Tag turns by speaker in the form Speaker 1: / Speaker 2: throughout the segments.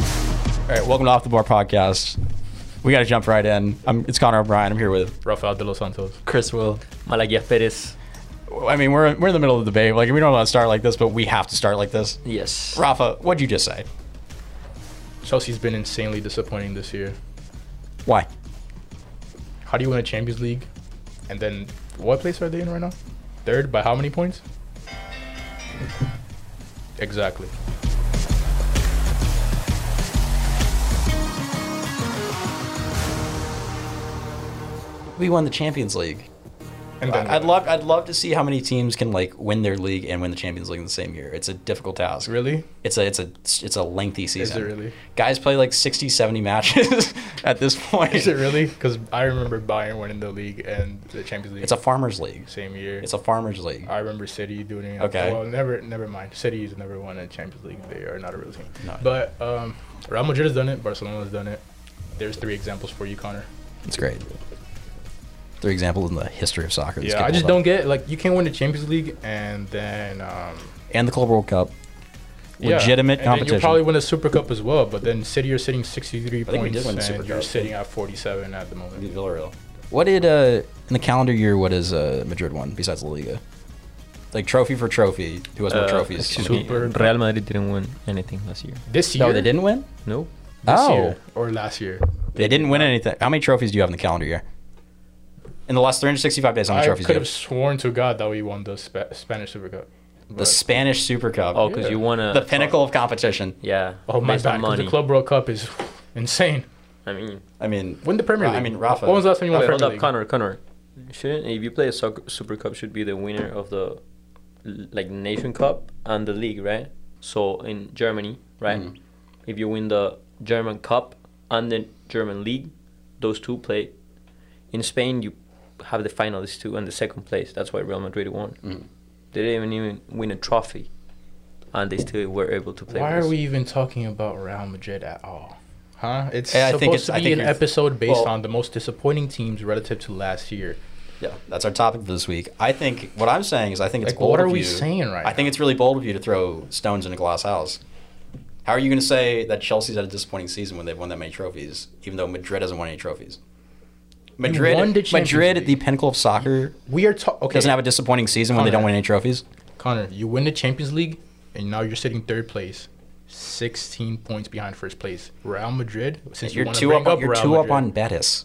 Speaker 1: All right, welcome to Off the Bar Podcast. We got to jump right in. I'm, it's Connor O'Brien. I'm here with
Speaker 2: Rafael de los Santos.
Speaker 3: Chris Will.
Speaker 4: Malaguia Perez.
Speaker 1: I mean, we're we're in the middle of the debate. Like, we don't want to start like this, but we have to start like this.
Speaker 4: Yes.
Speaker 1: Rafa, what'd you just say?
Speaker 2: Chelsea's been insanely disappointing this year.
Speaker 1: Why?
Speaker 2: How do you win a Champions League? And then what place are they in right now? Third by how many points? Exactly.
Speaker 1: We won the Champions League.
Speaker 2: And then
Speaker 1: I'd love I'd love to see how many teams can like win their league and win the Champions League in the same year. It's a difficult task.
Speaker 2: Really?
Speaker 1: It's a it's a it's a lengthy season.
Speaker 2: it really?
Speaker 1: Guys play like 60, 70 matches at this point.
Speaker 2: Is it really? Because I remember Bayern winning the league and the Champions League
Speaker 1: It's a farmers league.
Speaker 2: same year.
Speaker 1: It's a farmers league.
Speaker 2: I remember City doing it.
Speaker 1: Okay.
Speaker 2: Well, never, never mind. City's never won a Champions League. They are not a real team.
Speaker 1: No.
Speaker 2: But um, Real Madrid has done it. Barcelona's done it. There's three examples for you, Connor.
Speaker 1: It's great. Three examples in the history of soccer. that's
Speaker 2: yeah, I
Speaker 1: capable
Speaker 2: just
Speaker 1: of that.
Speaker 2: don't get it. like you can't win the Champions League and then um,
Speaker 1: And the Club World Cup.
Speaker 2: yeah,
Speaker 1: Legitimate
Speaker 2: and Then
Speaker 1: competition.
Speaker 2: you probably win a Super Cup as well, but then City are sitting 63
Speaker 1: think we
Speaker 2: points
Speaker 1: did win the
Speaker 2: and
Speaker 1: Super
Speaker 2: you're
Speaker 1: Cup.
Speaker 2: sitting at 47 at the moment.
Speaker 1: Villarreal. What did uh in the calendar year? What is uh Madrid won besides La Liga? Like trophy for trophy, who has more
Speaker 4: Uh,
Speaker 1: trophies?
Speaker 4: excuse
Speaker 1: No,
Speaker 4: me.
Speaker 2: Super-
Speaker 4: Real Madrid didn't win anything last year.
Speaker 2: This year,
Speaker 1: they didn't win.
Speaker 4: No.
Speaker 2: This
Speaker 1: oh,
Speaker 2: year or last year?
Speaker 1: they didn't win anything. How many trophies do you have in the calendar year? In the last 365 days, how many
Speaker 2: I
Speaker 1: trophies do
Speaker 2: could
Speaker 1: you
Speaker 2: have
Speaker 1: have?
Speaker 2: sworn to God that we won the Spa- Spanish Super Cup.
Speaker 1: The Spanish Super Cup,
Speaker 4: Oh, because
Speaker 2: Yeah.
Speaker 4: you won a
Speaker 1: the pinnacle of competition.
Speaker 4: Yeah.
Speaker 2: Oh my
Speaker 4: based
Speaker 2: God!
Speaker 4: on
Speaker 2: 'cause
Speaker 4: Money.
Speaker 2: The Club World Cup is insane.
Speaker 4: I mean,
Speaker 1: I mean,
Speaker 2: Win the Premier
Speaker 1: Ra-
Speaker 2: League.
Speaker 1: I mean, Rafa.
Speaker 2: When was the last time you won
Speaker 4: wait,
Speaker 2: the
Speaker 4: hold
Speaker 2: Premier League?
Speaker 4: up, Connor, Connor. Shouldn't if you play a soccer, Super Cup, should be the winner of the l- like Nation Cup and the league, right? So in Germany, right? If you win the German Cup and the German league, those two play. In Spain, you have the finalists too and the second place. That's why Real Madrid won. They didn't even win a trophy, and they still were able to play.
Speaker 2: Why
Speaker 4: with
Speaker 2: are
Speaker 4: us.
Speaker 2: we even talking about Real Madrid at all? Huh? It's
Speaker 1: Hey, I think
Speaker 2: supposed
Speaker 1: it's-
Speaker 2: to
Speaker 1: I
Speaker 2: be
Speaker 1: think
Speaker 2: an
Speaker 1: you're-
Speaker 2: episode based
Speaker 1: well-
Speaker 2: on the most disappointing teams relative to last year.
Speaker 1: Yeah, that's our topic for this week. I think what I'm saying is I think it's
Speaker 2: Like,
Speaker 1: bold
Speaker 2: what are
Speaker 1: of
Speaker 2: we
Speaker 1: you-
Speaker 2: saying right
Speaker 1: I think
Speaker 2: now?
Speaker 1: it's really bold of you to throw stones in a glass house. How are you going to say that Chelsea's had a disappointing season when they've won that many trophies, even though Madrid hasn't won any trophies? Madrid,
Speaker 2: won the Champions
Speaker 1: Madrid,
Speaker 2: League.
Speaker 1: the pinnacle of soccer,
Speaker 2: We are talking. Okay,
Speaker 1: doesn't have a disappointing season when they don't
Speaker 2: Connor.
Speaker 1: win any trophies.
Speaker 2: Connor, you win the Champions League, and now you're sitting third place, 16 points behind first place. Real Madrid, since you
Speaker 1: You're
Speaker 2: wanna
Speaker 1: two
Speaker 2: bring
Speaker 1: up. you're
Speaker 2: Real
Speaker 1: two up on
Speaker 2: Madrid,
Speaker 1: Betis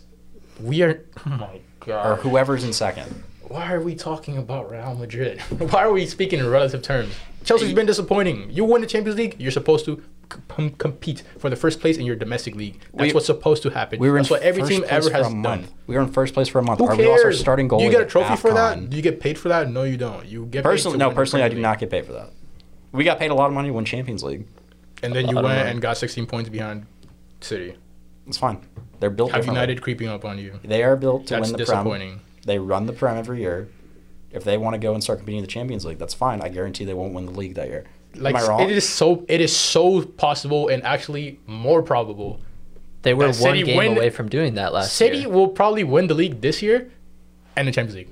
Speaker 2: We are. Oh my
Speaker 1: or
Speaker 2: God.
Speaker 1: whoever's in second.
Speaker 2: Why are we talking about Real Madrid? Why are we speaking in relative terms? Chelsea's been disappointing. You win the Champions League, you're supposed to com- compete for the first place in your domestic league. That's
Speaker 1: We-
Speaker 2: what's supposed to happen.
Speaker 1: We were
Speaker 2: That's
Speaker 1: in
Speaker 2: what every
Speaker 1: first
Speaker 2: team
Speaker 1: place
Speaker 2: ever
Speaker 1: for
Speaker 2: has
Speaker 1: a
Speaker 2: done.
Speaker 1: month. We were in first place for a month.
Speaker 2: Who
Speaker 1: Are
Speaker 2: cares?
Speaker 1: we lost our starting goal?
Speaker 2: Do you get a trophy for that? Do you get paid for that? No, you don't. You get paid
Speaker 1: Personally,
Speaker 2: to
Speaker 1: no.
Speaker 2: win the
Speaker 1: Personally, I do
Speaker 2: Premier
Speaker 1: not get paid for that. We got paid a lot of money to win Champions League.
Speaker 2: League. And then you
Speaker 4: I don't
Speaker 2: went
Speaker 4: know.
Speaker 2: and got 16 points behind City.
Speaker 1: It's fine. They're built.
Speaker 2: Have
Speaker 1: differently.
Speaker 2: United creeping up on you?
Speaker 1: They are built to
Speaker 2: That's
Speaker 1: win the
Speaker 2: disappointing.
Speaker 1: prem. They run the prem every year. If they want to go and start competing in the Champions League, that's fine. I guarantee they won't win the league that year.
Speaker 2: Like
Speaker 1: Am I wrong?
Speaker 2: it is so it is so possible and actually more probable.
Speaker 3: They were
Speaker 2: That
Speaker 3: one
Speaker 2: City
Speaker 3: game
Speaker 2: win-
Speaker 3: away from doing that last
Speaker 2: City
Speaker 3: year.
Speaker 2: will probably win the league this year and the Champions League.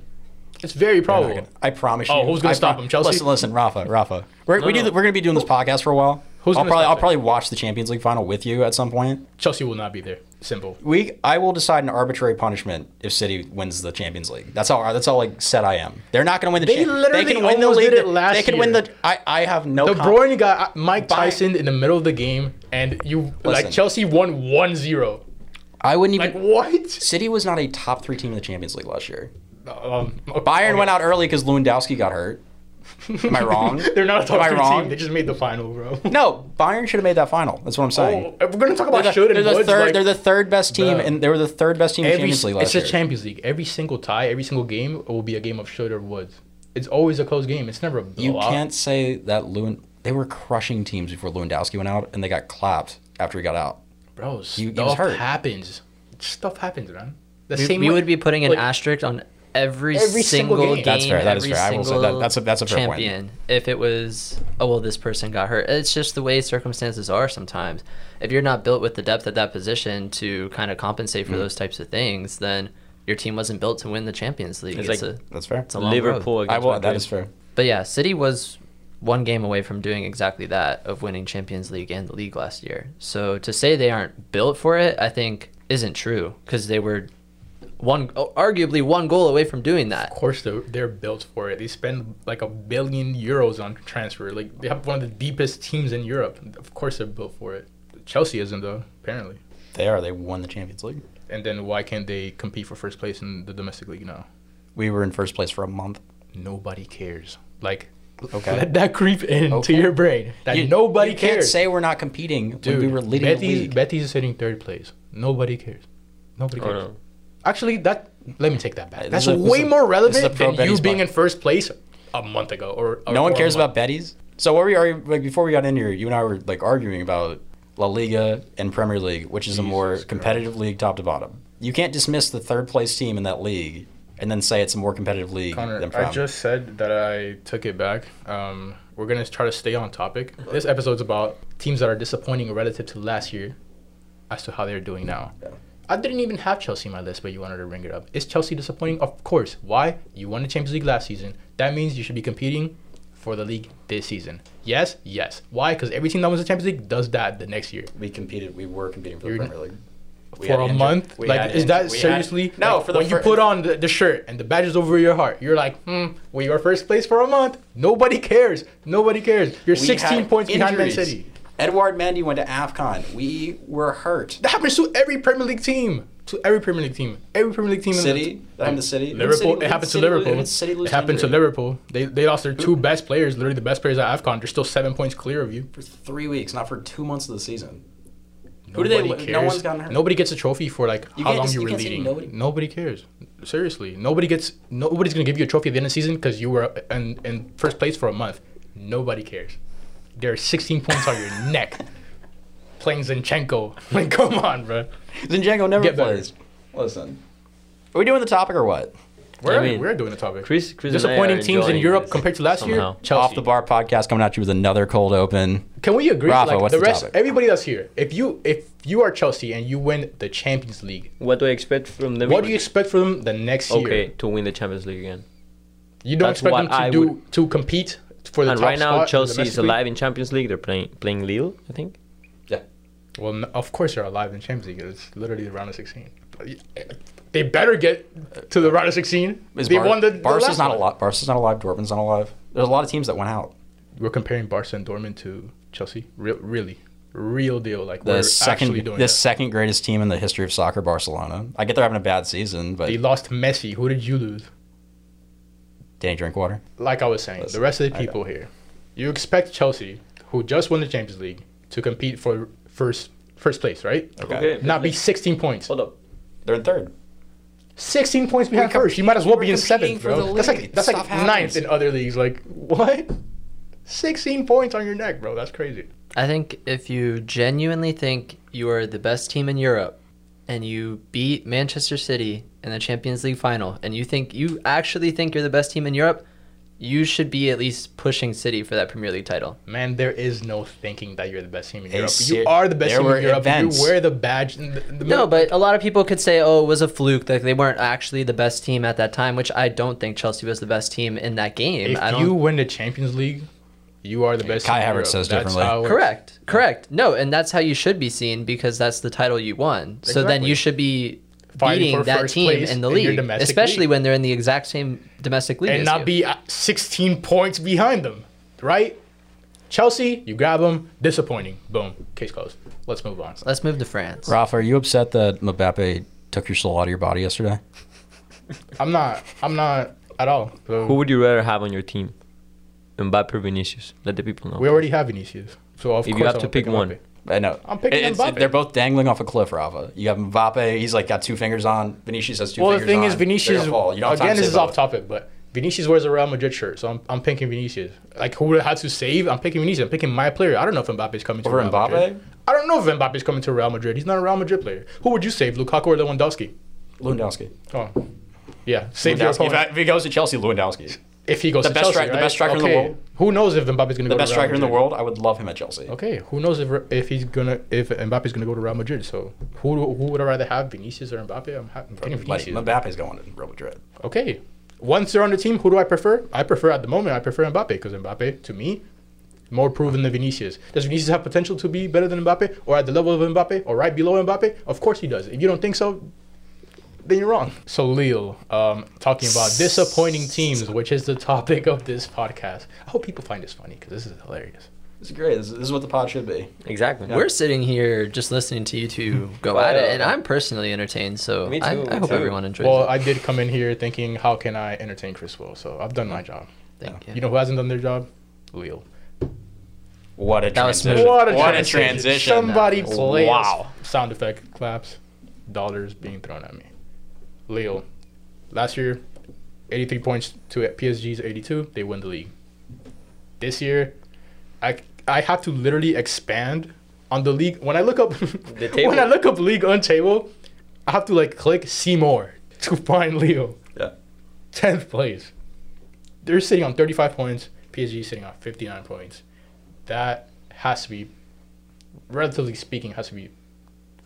Speaker 2: It's
Speaker 1: They're
Speaker 2: very
Speaker 1: not
Speaker 2: probable.
Speaker 1: gonna- I promise you.
Speaker 2: Oh, who's gonna
Speaker 1: I
Speaker 2: stop
Speaker 1: pro-
Speaker 2: them, Chelsea?
Speaker 1: Listen, listen, Rafa, Rafa. We're, we do,
Speaker 4: no.
Speaker 1: th- we're going to be doing this podcast for a while.
Speaker 2: Who's
Speaker 1: I'll
Speaker 2: gonna
Speaker 1: probably
Speaker 2: stop
Speaker 1: I'll
Speaker 2: them?
Speaker 1: probably watch the Champions League final with you at some point.
Speaker 2: Chelsea will not be there. Simple.
Speaker 1: We I will decide an arbitrary punishment if City wins the Champions League. That's all. That's all. Like set, I am. They're not going to win the.
Speaker 2: They
Speaker 1: Cham-
Speaker 2: literally
Speaker 1: can win the
Speaker 2: almost
Speaker 1: league.
Speaker 2: did it
Speaker 1: that-
Speaker 2: last
Speaker 1: they can win
Speaker 2: year.
Speaker 1: the. I, I have no.
Speaker 2: De
Speaker 1: con-
Speaker 2: Bruyne got uh, Mike
Speaker 1: Bye.
Speaker 2: Tyson in the middle of the game, and you
Speaker 1: Listen.
Speaker 2: like Chelsea won 1-0.
Speaker 1: I wouldn't even.
Speaker 2: Like what?
Speaker 1: City was not a top three team in the Champions League last year.
Speaker 2: Um,
Speaker 1: Bayern went out early because Lewandowski got hurt. Am I wrong?
Speaker 2: They're not a
Speaker 1: Am I
Speaker 2: top three
Speaker 1: wrong?
Speaker 2: team. They just made the final, bro.
Speaker 1: No, Bayern should have made that final. That's what I'm saying.
Speaker 2: Oh, if we're gonna talk
Speaker 1: they're
Speaker 2: about
Speaker 1: the,
Speaker 2: should
Speaker 1: they're
Speaker 2: and
Speaker 1: the
Speaker 2: woulds.
Speaker 1: third.
Speaker 2: like,
Speaker 1: they're the third best team,
Speaker 2: Bruh.
Speaker 1: and they were the third best team in
Speaker 2: every,
Speaker 1: Champions League last
Speaker 2: it's
Speaker 1: year.
Speaker 2: the Champions League. Every single tie, every single game will be a game of should or would. It's always a close game. It's never a blowout.
Speaker 1: you can't say that Lewin. They were crushing teams before Lewandowski went out, and they got clapped after he got out.
Speaker 2: bro.
Speaker 1: he was
Speaker 2: stuff
Speaker 1: hurt.
Speaker 2: happens. Stuff happens, man. The
Speaker 3: We,
Speaker 2: same.
Speaker 3: we
Speaker 2: way-
Speaker 3: would be putting an
Speaker 2: like,
Speaker 3: asterisk on every,
Speaker 2: Every single
Speaker 3: single,
Speaker 2: game.
Speaker 3: game.
Speaker 2: That's
Speaker 1: fair, that is
Speaker 3: every
Speaker 1: fair. I will say that-
Speaker 3: single
Speaker 1: that's a- that's a fair point.
Speaker 3: champion. If it was, oh well, this person got hurt. It's just the way circumstances are sometimes. If you're not built with the depth at that position to kind of compensate
Speaker 1: Mm.
Speaker 3: for those types of things, then your team wasn't built to win the Champions League.
Speaker 4: It's
Speaker 3: It's,
Speaker 4: like-
Speaker 3: a,
Speaker 1: That's fair.
Speaker 3: it's a long road.
Speaker 4: Liverpool
Speaker 1: I
Speaker 4: against
Speaker 1: will. That
Speaker 4: Madrid.
Speaker 1: is fair.
Speaker 3: But yeah, City was one game away from doing exactly that of winning Champions League and the league last year. So to say they aren't built for it, I think isn't true because they were one arguably one goal away from doing that.
Speaker 2: Of course, they're, they're built for it. They spend like a billion euros on transfer. Like they have one of the deepest teams in Europe. Of course, they're built for it. Chelsea isn't though, apparently.
Speaker 1: They are. They won the Champions League.
Speaker 2: And then why can't they compete for first place in the domestic league now?
Speaker 1: We were in first place for a month.
Speaker 2: Nobody cares. Like,
Speaker 1: Okay.
Speaker 2: let that creep into
Speaker 1: Okay.
Speaker 2: your brain that
Speaker 1: You-
Speaker 2: nobody
Speaker 1: you
Speaker 2: cares.
Speaker 1: can't say we're not competing
Speaker 2: Dude,
Speaker 1: when we were leading
Speaker 2: Betis,
Speaker 1: the league.
Speaker 2: Betis is sitting third place. Nobody cares. Nobody
Speaker 4: Oh,
Speaker 2: cares.
Speaker 4: no.
Speaker 2: Actually, that let me take that back.
Speaker 1: This
Speaker 2: That's
Speaker 1: is a- this
Speaker 2: way
Speaker 1: is a-
Speaker 2: more
Speaker 1: this is a
Speaker 2: relevant
Speaker 1: pro
Speaker 2: than you
Speaker 1: Betis
Speaker 2: being in
Speaker 1: podcast.
Speaker 2: first place a month ago. Or, or
Speaker 1: no one
Speaker 2: or a
Speaker 1: cares
Speaker 2: month.
Speaker 1: about Betty's. So where we are, like before we got in here, you and I were like arguing about La Liga and Premier League, which is a more
Speaker 2: Jesus Christ.
Speaker 1: competitive league, top to bottom. You can't dismiss the third place team in that league and then say it's a more competitive league than
Speaker 2: Connor,
Speaker 1: Prem.
Speaker 2: I just said that I took it back. Um, we're gonna try to stay on topic. This episode's about teams that are disappointing relative to last year, as to how they're doing now. I didn't even have Chelsea in my list, but you wanted to bring it up. Is Chelsea disappointing? Of course. Why? You won the Champions League last season. That means you should be competing for the league this season. Yes, yes. Why? Because every team that wins the Champions League does that the next year.
Speaker 1: we competed. We were competing for the
Speaker 2: You're-
Speaker 1: Premier League We
Speaker 2: for
Speaker 1: had
Speaker 2: a
Speaker 1: inju-
Speaker 2: month?
Speaker 1: we
Speaker 2: Like,
Speaker 1: had
Speaker 2: is
Speaker 1: inju- we
Speaker 2: that
Speaker 1: had-
Speaker 2: seriously?
Speaker 1: no,
Speaker 2: Like,
Speaker 1: for the
Speaker 2: when you
Speaker 1: fir-
Speaker 2: put on the, the shirt and the badge is over your heart, you're like, hmm, we were first place for a month. Nobody cares. Nobody cares. You're
Speaker 1: we
Speaker 2: 16
Speaker 1: had
Speaker 2: points behind Man
Speaker 1: injuries.
Speaker 2: City.
Speaker 1: Edouard Mendy went to Afcon. We were hurt.
Speaker 2: That happens to every Premier League team. To every Premier League team. Every Premier League team. in the-
Speaker 1: City. That happened to City.
Speaker 2: Liverpool.
Speaker 1: City-
Speaker 2: it happened to
Speaker 1: City-
Speaker 2: Liverpool.
Speaker 1: City
Speaker 2: It
Speaker 1: lose
Speaker 2: happened to
Speaker 1: injury.
Speaker 2: Liverpool. They they lost their two best players, literally the best players at Afcon. They're still seven points clear of you.
Speaker 1: for three weeks, not for two months of the season. Who do
Speaker 2: Nobody
Speaker 1: they- no one's gotten hurt.
Speaker 2: Nobody gets a trophy for like
Speaker 1: You
Speaker 2: how
Speaker 1: can't
Speaker 2: long
Speaker 1: just-
Speaker 2: you
Speaker 1: you
Speaker 2: were
Speaker 1: can't say
Speaker 2: leading. Nobody.
Speaker 1: nobody.
Speaker 2: cares. Seriously, nobody gets. Nobody's gonna give you a trophy at the end of the season because you were in, in first place for a month. Nobody cares. There are 16 points on your neck. Playing Zinchenko. Like, come on, bro.
Speaker 1: Zinchenko never
Speaker 2: Get better.
Speaker 1: plays. Listen, are we doing the topic or what?
Speaker 2: We're,
Speaker 4: mean,
Speaker 2: we're doing the topic.
Speaker 4: Chris- Chris and I
Speaker 2: Disappointing
Speaker 4: are
Speaker 2: teams in
Speaker 4: enjoying
Speaker 2: Europe
Speaker 4: this
Speaker 2: compared to last
Speaker 4: somehow.
Speaker 2: year. Chelsea.
Speaker 1: Off the bar podcast coming at you with another cold open.
Speaker 2: Can we agree?
Speaker 1: Rafa,
Speaker 2: like
Speaker 1: what's
Speaker 2: the
Speaker 1: the
Speaker 2: rest,
Speaker 1: topic?
Speaker 2: everybody that's here. If you if you are Chelsea and you win the Champions League,
Speaker 4: What do I expect from them?
Speaker 2: what do you expect from them the next year?
Speaker 4: Okay, to win the Champions League again.
Speaker 2: You don't
Speaker 4: That's
Speaker 2: expect
Speaker 4: what
Speaker 2: them to
Speaker 4: I
Speaker 2: do
Speaker 4: would-
Speaker 2: to compete for the
Speaker 4: and
Speaker 2: top
Speaker 4: right now,
Speaker 2: spot
Speaker 4: Chelsea is
Speaker 2: domestically?
Speaker 4: alive in Champions League. They're playing playing Lille, I think.
Speaker 1: Yeah.
Speaker 2: Well, n- of course they're alive in Champions League. It's literally the round of sixteen. eh, They better get to the round of sixteen.
Speaker 1: Is
Speaker 2: they
Speaker 1: Bar-
Speaker 2: won the, the
Speaker 1: Barca's
Speaker 2: last
Speaker 1: not
Speaker 2: one.
Speaker 1: alive. Barca's not alive. Dortmund's not alive. There's a lot of teams that went out.
Speaker 2: We're comparing Barca and Dortmund to Chelsea. Real, really, real deal. Like
Speaker 1: The
Speaker 2: we're actually
Speaker 1: second,
Speaker 2: doing
Speaker 1: the
Speaker 2: this.
Speaker 1: second greatest team in the history of soccer, Barcelona. I get they're having a bad season, but
Speaker 2: They lost Messi. Who did you lose?
Speaker 1: Danny Drinkwater.
Speaker 2: Like I was saying, the rest of the
Speaker 1: Okay.
Speaker 2: people here. You expect Chelsea, who just won the Champions League, to compete for first first place, right?
Speaker 1: Okay.
Speaker 2: Not be sixteen points.
Speaker 4: Hold up.
Speaker 1: They're in third.
Speaker 2: 16 points behind first. You might as well be in seventh,
Speaker 1: competing for
Speaker 2: bro.
Speaker 1: the
Speaker 2: That's like
Speaker 1: lead.
Speaker 2: that's like
Speaker 1: Stuff happens.
Speaker 2: ninth in other leagues. Like what? 16 points on your neck, bro. That's crazy.
Speaker 3: I think if you genuinely think you are the best team in Europe and you beat Manchester City in the Champions League final and you think you actually think you're the best team in Europe, you should be at least pushing City for that Premier League title.
Speaker 2: Man, there is no thinking that you're the best team in
Speaker 1: They
Speaker 2: Europe. You
Speaker 1: ser-
Speaker 2: are the best
Speaker 1: there
Speaker 2: team
Speaker 1: were
Speaker 2: in Europe.
Speaker 1: events.
Speaker 2: You wear the badge. In the, the
Speaker 3: No, but a lot of people could say, "Oh, it was a fluke. Like they weren't actually the best team at that time," which I don't think Chelsea was the best team in that game.
Speaker 2: if
Speaker 3: I don't
Speaker 2: you win the Champions League, you are the best.
Speaker 1: Kai
Speaker 2: team in
Speaker 1: Havertz
Speaker 2: Europe.
Speaker 1: says
Speaker 2: That's
Speaker 1: differently.
Speaker 2: how it-
Speaker 3: Correct. Correct. No, and that's how you should be seen because that's the title you won. So then
Speaker 2: Exactly.
Speaker 3: you should be
Speaker 2: Fighting
Speaker 3: beating
Speaker 2: for
Speaker 3: that
Speaker 2: first
Speaker 3: team
Speaker 2: place
Speaker 3: in the
Speaker 2: in your
Speaker 3: league,
Speaker 2: domestic
Speaker 3: especially
Speaker 2: league.
Speaker 3: when they're in the exact same domestic league
Speaker 2: and
Speaker 3: as
Speaker 2: not
Speaker 3: you.
Speaker 2: be uh, 16 points behind them, right? Chelsea, you grab them. Disappointing. Boom. Case closed. Let's move on.
Speaker 3: Let's move to France.
Speaker 1: Rafa, are you upset that Mbappe took your soul out of your body yesterday?
Speaker 2: I'm not. I'm not at all. So-
Speaker 4: Who would you rather have on your team? Mbappe or Vinicius? Let the people know.
Speaker 2: We already have Vinicius, so of
Speaker 4: If you
Speaker 2: course
Speaker 4: have
Speaker 2: I
Speaker 4: to
Speaker 2: would
Speaker 4: pick
Speaker 2: him
Speaker 4: one.
Speaker 2: up.
Speaker 1: I know.
Speaker 2: I'm picking
Speaker 1: It's-
Speaker 2: Mbappe.
Speaker 1: They're both dangling off a cliff, Rafa. You have Mbappe. He's like got two fingers on. Vinicius has two
Speaker 2: Well, the
Speaker 1: fingers
Speaker 2: thing is,
Speaker 1: on. They're
Speaker 2: Vinicius.
Speaker 1: gonna fall. You don't have time
Speaker 2: Again,
Speaker 1: to
Speaker 2: this
Speaker 1: say
Speaker 2: is off
Speaker 1: both.
Speaker 2: topic, but Vinicius wears a Real Madrid shirt, so I'm, I'm picking Vinicius. Like who would I have to save? I'm picking Vinicius. I'm picking my player. I don't know if Mbappe's coming to
Speaker 1: Over
Speaker 2: Real
Speaker 1: Mbappe?
Speaker 2: Madrid. I don't know if Mbappe's coming to Real Madrid. He's not a Real Madrid player. Who would you save, Lukaku or Lewandowski?
Speaker 1: Lewandowski.
Speaker 2: Oh, yeah, save your
Speaker 1: Lewandowski. If, I-
Speaker 2: opponent.
Speaker 1: if he goes to Chelsea, Lewandowski,
Speaker 2: If he goes
Speaker 1: the
Speaker 2: to
Speaker 1: best
Speaker 2: Chelsea,
Speaker 1: stri- the
Speaker 2: right?
Speaker 1: best striker in the
Speaker 2: Okay,
Speaker 1: world.
Speaker 2: Who knows if Mbappe's going to go
Speaker 1: the best
Speaker 2: to Real
Speaker 1: striker in the
Speaker 2: Madrid?
Speaker 1: world, I would love him at Chelsea.
Speaker 2: Okay, who knows if if he's gonna if Mbappe's gonna go to Real Madrid? So who who would I rather have, Vinicius or Mbappe? I'm, ha- I'm picking
Speaker 1: Like,
Speaker 2: Vinicius.
Speaker 1: Mbappe's going to Real Madrid.
Speaker 2: Okay. Once they're on the team, who do I prefer? I prefer at the moment. I prefer Mbappe because Mbappe, to me, more proven than Vinicius. Does Vinicius have potential to be better than Mbappe, or at the level of Mbappe, or right below Mbappe? Of course he does. If you don't think so, then you're wrong. So Lille, um, talking about disappointing teams, which is the topic of this podcast. I hope people find this funny because this is hilarious.
Speaker 1: It's great. This, this is what the pod should be.
Speaker 4: Exactly.
Speaker 3: We're sitting here just listening to you two go at it, and I'm personally entertained. So
Speaker 4: Me
Speaker 3: I,
Speaker 4: too,
Speaker 3: I
Speaker 4: me
Speaker 3: hope
Speaker 4: too.
Speaker 3: everyone enjoys
Speaker 2: Well,
Speaker 3: it.
Speaker 2: I did come in here thinking, how can I entertain Chris Will? So I've done my job.
Speaker 3: Thank you.
Speaker 2: You know who hasn't done their job? Lille.
Speaker 1: What a
Speaker 3: That was
Speaker 1: transition.
Speaker 3: smooth.
Speaker 1: What a, transition.
Speaker 2: Somebody
Speaker 1: Wow.
Speaker 2: play. Wow. Sound effect claps. Dollars being thrown at me. Lille. Last year, 83 points to PSG's 82. They win the league. This year, I I have to literally expand on the league. When I look up
Speaker 4: table.
Speaker 2: when I look up league on table, I have to like click see more to find Lille.
Speaker 1: Yeah.
Speaker 2: 10th place. They're sitting on 35 points. PSG sitting on 59 points. That has to be, relatively speaking, has to be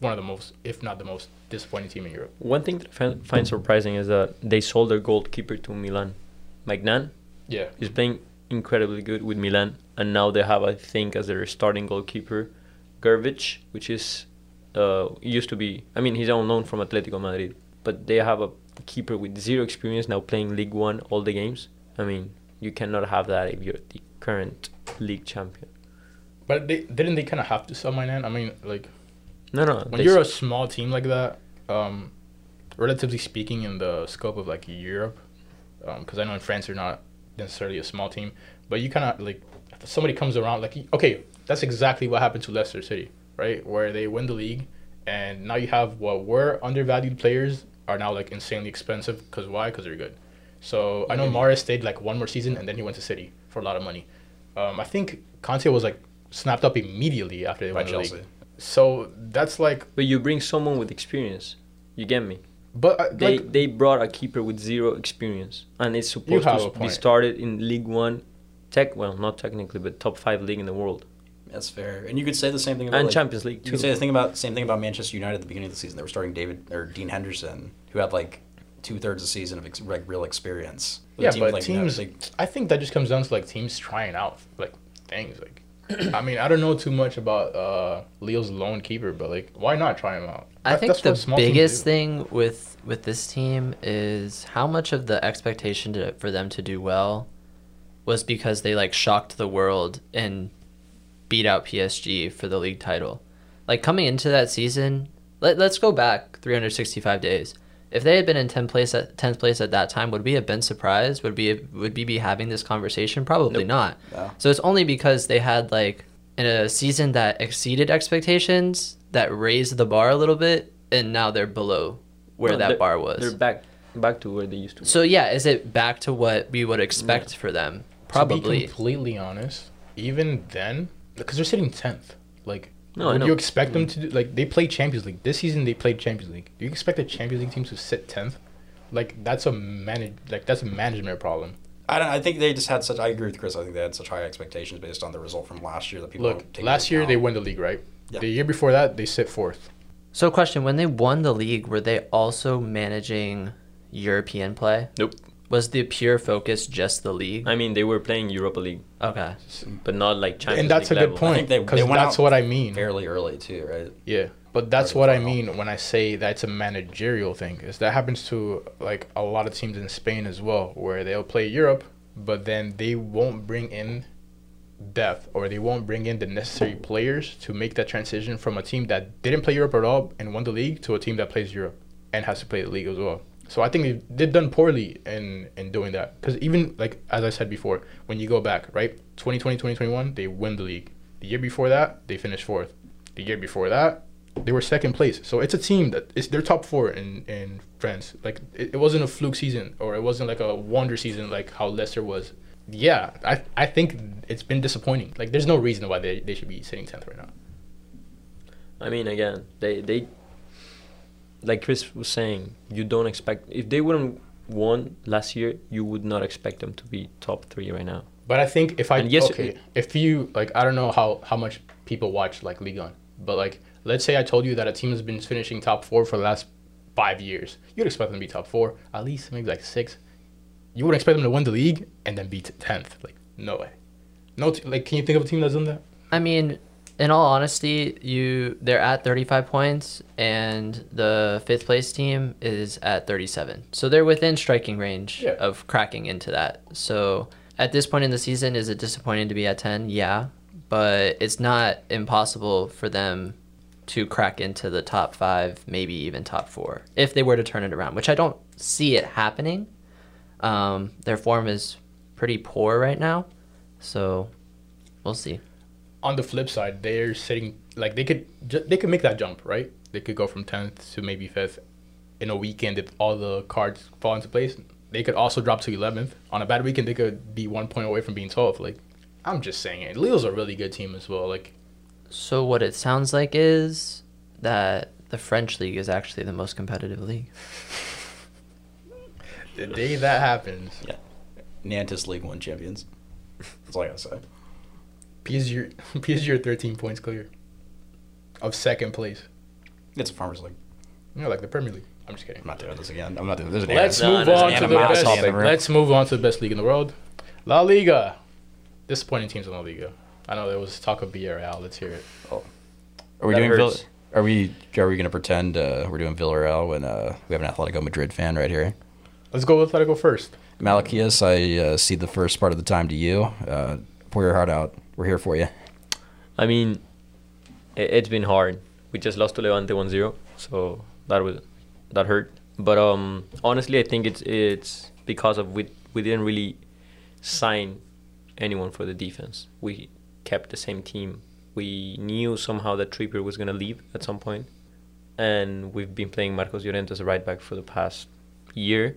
Speaker 2: one of the most, if not the most, disappointing team in Europe.
Speaker 4: One thing that I find, find surprising is that they sold their goalkeeper to Milan. Magnan
Speaker 2: Yeah.
Speaker 4: is playing incredibly good with Milan, and now they have, I think, as their starting goalkeeper, Gervic, which is uh, used to be. I mean, he's on loan from Atletico Madrid, but they have a keeper with zero experience now playing League One all the games. I mean, you cannot have that if you're the current league champion.
Speaker 2: But they, didn't they kind of have to sell Milan? I mean, like,
Speaker 4: No, no.
Speaker 2: when
Speaker 4: they
Speaker 2: you're
Speaker 4: s-
Speaker 2: a small team like that, um, relatively speaking, in the scope of like Europe, because I know in France you're not necessarily a small team, but you kind of like if somebody comes around like okay, that's exactly what happened to Leicester City, right? Where they win the league, and now you have what were undervalued players are now like insanely expensive because why? Because they're good. So I know Mara stayed like one more season and then he went to City for a lot of money. Um, I think Conte was like snapped up immediately after they
Speaker 1: By
Speaker 2: won the league.
Speaker 1: Chelsea.
Speaker 2: So that's like,
Speaker 4: but you bring someone with experience. You get me?
Speaker 2: but uh,
Speaker 4: They
Speaker 2: like,
Speaker 4: they brought a keeper with zero experience, and it's supposed
Speaker 2: have a
Speaker 4: to be
Speaker 2: point.
Speaker 4: started in League One, tech well not technically, but top five league in the world
Speaker 1: That's fair. And you could say the same thing about
Speaker 4: and
Speaker 1: like,
Speaker 4: Champions League
Speaker 1: You
Speaker 4: too.
Speaker 1: could say the thing about same thing about Manchester United at the beginning of the season. They were starting David or Dean Henderson, who had like two thirds of the season of ex- like real experience. With
Speaker 2: yeah,
Speaker 1: a team
Speaker 2: but
Speaker 1: like United,
Speaker 2: teams.
Speaker 1: it's like,
Speaker 2: I think that just comes down to like teams trying out like things. Like, I mean, I don't know too much about uh Leo's lone keeper, but like, why not try him out?
Speaker 3: I
Speaker 2: That-
Speaker 3: think
Speaker 2: that's what
Speaker 3: the
Speaker 2: small teams
Speaker 3: biggest
Speaker 2: do.
Speaker 3: thing with with this team is how much of the expectation to, for them to do well was because they like shocked the world and beat out PSG for the league title. Like coming into that season, let, let's go back 365 days. If they had been in 10th place at 10th place at that time, would we have been surprised? Would we would we be having this conversation? Probably not.
Speaker 1: No.
Speaker 3: So it's only because they had like in a season that exceeded expectations, that raised the bar a little bit, and now they're below where
Speaker 4: No,
Speaker 3: that
Speaker 4: they're-
Speaker 3: bar
Speaker 4: They're
Speaker 3: was.
Speaker 4: back back to where they used to. be.
Speaker 3: So yeah, is it back to what we would expect for them?
Speaker 2: To be
Speaker 3: Probably.
Speaker 2: completely honest, even then, because they're sitting tenth. Like,
Speaker 4: No, I
Speaker 2: would
Speaker 4: know.
Speaker 2: you expect them to do? Like, they played Champions League this season. They played Champions League. Do you expect the Champions League team to sit tenth? Like, that's a manage. Like, that's a management problem.
Speaker 1: I don't. I think they just had such. I agree with Chris. I think they had such high expectations based on the result from last year that people
Speaker 2: Look,
Speaker 1: don't take into
Speaker 2: last year they
Speaker 1: account.
Speaker 2: won the league, right?
Speaker 1: Yeah.
Speaker 2: The year before that, they sit fourth.
Speaker 3: So question: When they won the league, were they also managing European play?
Speaker 4: Nope.
Speaker 3: Was the pure focus just the league?
Speaker 4: I mean, they were playing Europa League,
Speaker 3: Okay.
Speaker 4: but not like Champions
Speaker 2: and that's a
Speaker 4: League
Speaker 2: good
Speaker 4: level.
Speaker 1: I
Speaker 2: point
Speaker 1: think they-
Speaker 2: because
Speaker 1: they went
Speaker 2: that's
Speaker 1: out
Speaker 2: what I mean.
Speaker 1: fairly early too, right?
Speaker 2: Yeah, but that's
Speaker 1: Or the
Speaker 2: what I
Speaker 1: final.
Speaker 2: mean when I say that's a managerial thing. Is that happens to like a lot of teams in Spain as well, where they'll play Europe, but then they won't bring in depth or they won't bring in the necessary players to make that transition from a team that didn't play Europe at all and won the league to a team that plays Europe and has to play the league as well. So I think they've, they've done poorly in in doing that because even like as I said before, when you go back right, 2020, 2021, they win the league. The year before that, they finished fourth. The year before that, they were second place. So it's a team that it's they're top four in in France. Like it, it wasn't a fluke season or it wasn't like a wonder season like how Leicester was. Yeah, I I think it's been disappointing. Like there's no reason why they, they should be sitting tenth right now.
Speaker 4: I mean, again, they they like Chris was saying, you don't expect if they wouldn't won last year, you would not expect them to be top three right now.
Speaker 2: But I think if I
Speaker 4: And yes,
Speaker 2: okay,
Speaker 4: it-
Speaker 2: if you like, I don't know how how much people watch like League One, but like let's say I told you that a team has been finishing top four for the last five years, you'd expect them to be top four, at least maybe like six. you would expect them to win the league and then be t- 10th. Like, no way. No, t- like, can you think of a team that's done that?
Speaker 3: I mean, in all honesty, you they're at 35 points, and the fifth place team is at 37. So they're within striking range
Speaker 2: Yeah.
Speaker 3: of cracking into that. So at this point in the season, is it disappointing to be at 10? Yeah, but it's not impossible for them to crack into the top five, maybe even top four, if they were to turn it around, which I don't see it happening. Um, their form is pretty poor right now, so we'll see.
Speaker 2: On the flip side, they're sitting like they could ju- they could make that jump, right? They could go from 10th to maybe 5th in a weekend if all the cards fall into place. They could also drop to 11th. On a bad weekend, they could be one point away from being 12th. Like, I'm just saying it. Leo's a really good team as well. Like,
Speaker 3: So what it sounds like is that the French league is actually the most competitive league.
Speaker 2: the day that happens,
Speaker 1: Nantes League One champions. That's all I gotta say.
Speaker 2: PSG, are- PSG are 13 points clear of second place.
Speaker 1: It's a farmers league.
Speaker 2: You know, like the Premier League. I'm just kidding.
Speaker 1: I'm not doing this again. I'm not doing this again.
Speaker 2: Let's
Speaker 4: No,
Speaker 2: move
Speaker 4: there's
Speaker 2: on
Speaker 4: an
Speaker 2: to the best.
Speaker 4: animosity in the room.
Speaker 2: Let's move on to the best league in the world, La Liga. Disappointing teams in La Liga. I know there was talk of Villarreal. Let's hear it.
Speaker 1: Are we
Speaker 4: That
Speaker 1: doing?
Speaker 4: hurts.
Speaker 1: Vill- are we? Are we gonna pretend uh, we're doing Villarreal when uh, we have an Atletico Madrid fan right here?
Speaker 2: Let's go with Atletico first.
Speaker 1: Malachias, I uh, see the first part of the time to you. Uh, pour your heart out. We're here for you.
Speaker 4: I mean, it, it's been hard. We just lost to Levante 1-0, so that was that hurt. But um, honestly, I think it's it's because of we we didn't really sign anyone for the defense. We kept the same team. We knew somehow that Trippier was gonna leave at some point, and we've been playing Marcos Llorente as a right back for the past year.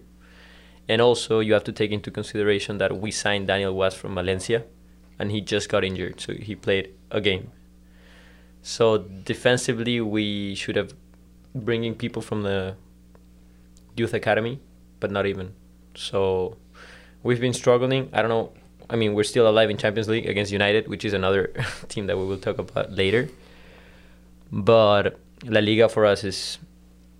Speaker 4: And also, you have to take into consideration that we signed Daniel West from Valencia, and he just got injured, so he played a game. So defensively, we should have bringing people from the youth academy, but not even. So we've been struggling. I don't know. I mean, we're still alive in Champions League against United, which is another team that we will talk about later. But La Liga for us is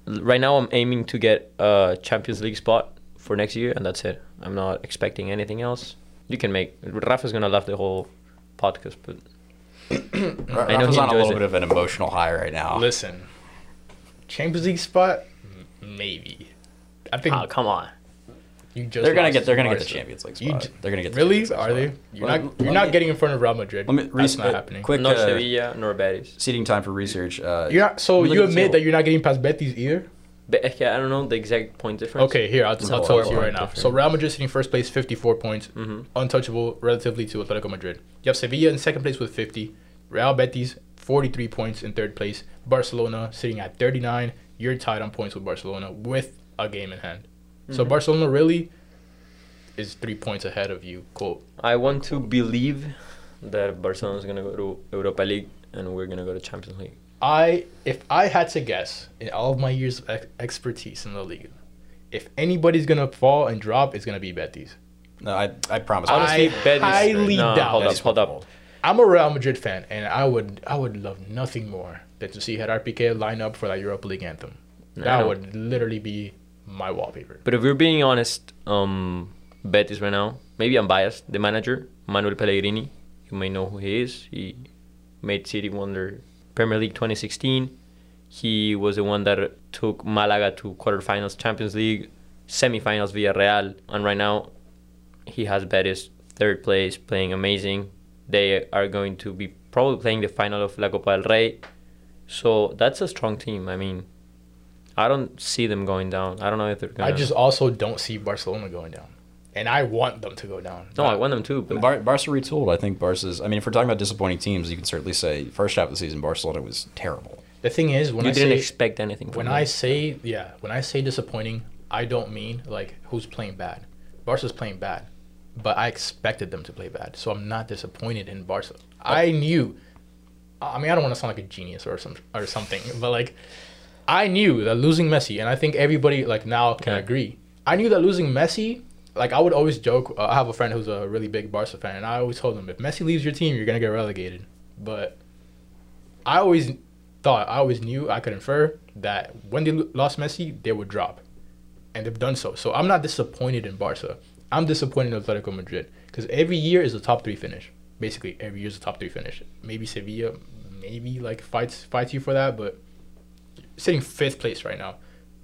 Speaker 4: right now. I'm aiming to get a Champions League spot for next year, and that's it. I'm not expecting anything else. You can make Rafa's gonna love the whole podcast, but
Speaker 1: I
Speaker 4: know
Speaker 1: on
Speaker 4: he
Speaker 1: a
Speaker 4: enjoys
Speaker 1: little
Speaker 4: it.
Speaker 1: bit of an emotional high right now.
Speaker 2: Listen, Champions League spot, M- maybe. I think
Speaker 4: ah, come on.
Speaker 2: you just
Speaker 1: They're gonna
Speaker 2: lost
Speaker 1: get. They're gonna get the
Speaker 2: Barca.
Speaker 1: Champions League
Speaker 2: You
Speaker 1: spot.
Speaker 2: j-
Speaker 1: they're gonna get. The
Speaker 2: really?
Speaker 1: Champions League
Speaker 2: Are they?
Speaker 1: spot.
Speaker 2: You're
Speaker 1: Let-
Speaker 2: not.
Speaker 1: let
Speaker 2: You're not
Speaker 1: me-
Speaker 2: getting in front of Real Madrid.
Speaker 1: Let me.
Speaker 2: That's
Speaker 1: res-
Speaker 2: not
Speaker 1: uh,
Speaker 2: happening.
Speaker 1: Quick
Speaker 4: nor
Speaker 1: uh,
Speaker 4: Sevilla, nor Betis.
Speaker 1: seating time for research. Uh,
Speaker 2: You're not, so
Speaker 1: let me
Speaker 2: you
Speaker 1: look at the
Speaker 2: admit that
Speaker 1: table.
Speaker 2: you're not getting past Betis either.
Speaker 4: But eh, yeah, I don't know the exact point difference.
Speaker 2: Okay, here I'll,
Speaker 3: It's
Speaker 2: I'll
Speaker 3: a
Speaker 2: tell it Mm-hmm. to you
Speaker 3: four-point
Speaker 2: right now. So Real Madrid sitting first place, fifty-four points, untouchable relatively to Atletico Madrid. You have Sevilla in second place with fifty, Real Betis forty-three points in third place, Barcelona sitting at thirty-nine. You're tied on points with Barcelona with a game in hand. So Barcelona really is three points ahead of you. Quote.
Speaker 4: I want to believe that Barcelona is gonna go to Europa League and we're gonna go to Champions League.
Speaker 2: I if I had to guess in all of my years of ex- expertise in La Liga, if anybody's gonna fall and drop, it's gonna be Betis.
Speaker 1: No, I. I promise.
Speaker 2: I highly
Speaker 4: no,
Speaker 2: doubt
Speaker 4: Hold up,
Speaker 2: Betis
Speaker 4: hold up.
Speaker 2: I'm a Real Madrid fan, and I would I would love nothing more than to see Gerard Piqué line up for that Europa League anthem.
Speaker 4: I
Speaker 2: that
Speaker 4: know.
Speaker 2: would literally be my wallpaper.
Speaker 4: But if we're being honest, um, Betis right now, maybe I'm biased. The manager, Manuel Pellegrini, you may know who he is. He made City won their Premier League 2016. He was the one that took Malaga to quarterfinals, Champions League, semifinals via Real, and right now he has Betis third place, playing amazing. They are going to be probably playing the final of La Copa del Rey. So that's a strong team. I mean, I don't see them going down. I don't know if they're going
Speaker 2: I just also don't see Barcelona going down, and I want them to go down.
Speaker 4: No, I want them too. But
Speaker 1: Bar- Barca retooled. I think Barca's. I mean, if we're talking about disappointing teams, you can certainly say first half of the season Barcelona was terrible.
Speaker 2: The thing is, when
Speaker 4: you
Speaker 2: I
Speaker 4: didn't
Speaker 2: say
Speaker 4: expect anything. From
Speaker 2: when
Speaker 4: them.
Speaker 2: I say yeah, when I say disappointing, I don't mean like who's playing bad. Barca's playing bad, but I expected them to play bad, so I'm not disappointed in Barca. I knew. I mean, I don't want to sound like a genius or some or something, but like, I knew that losing Messi, and I think everybody like now can
Speaker 4: Yeah.
Speaker 2: agree. I knew that losing Messi. Like I would always joke. Uh, I have a friend who's a really big Barca fan, and I always told him if Messi leaves your team, you're gonna get relegated. But I always thought, I always knew, I could infer that when they lo- lost Messi, they would drop, and they've done so. So I'm not disappointed in Barca. I'm disappointed in Atletico Madrid because every year is a top three finish. Basically, every year is a top three finish. Maybe Sevilla, maybe like fights fights you for that, but sitting fifth place right now.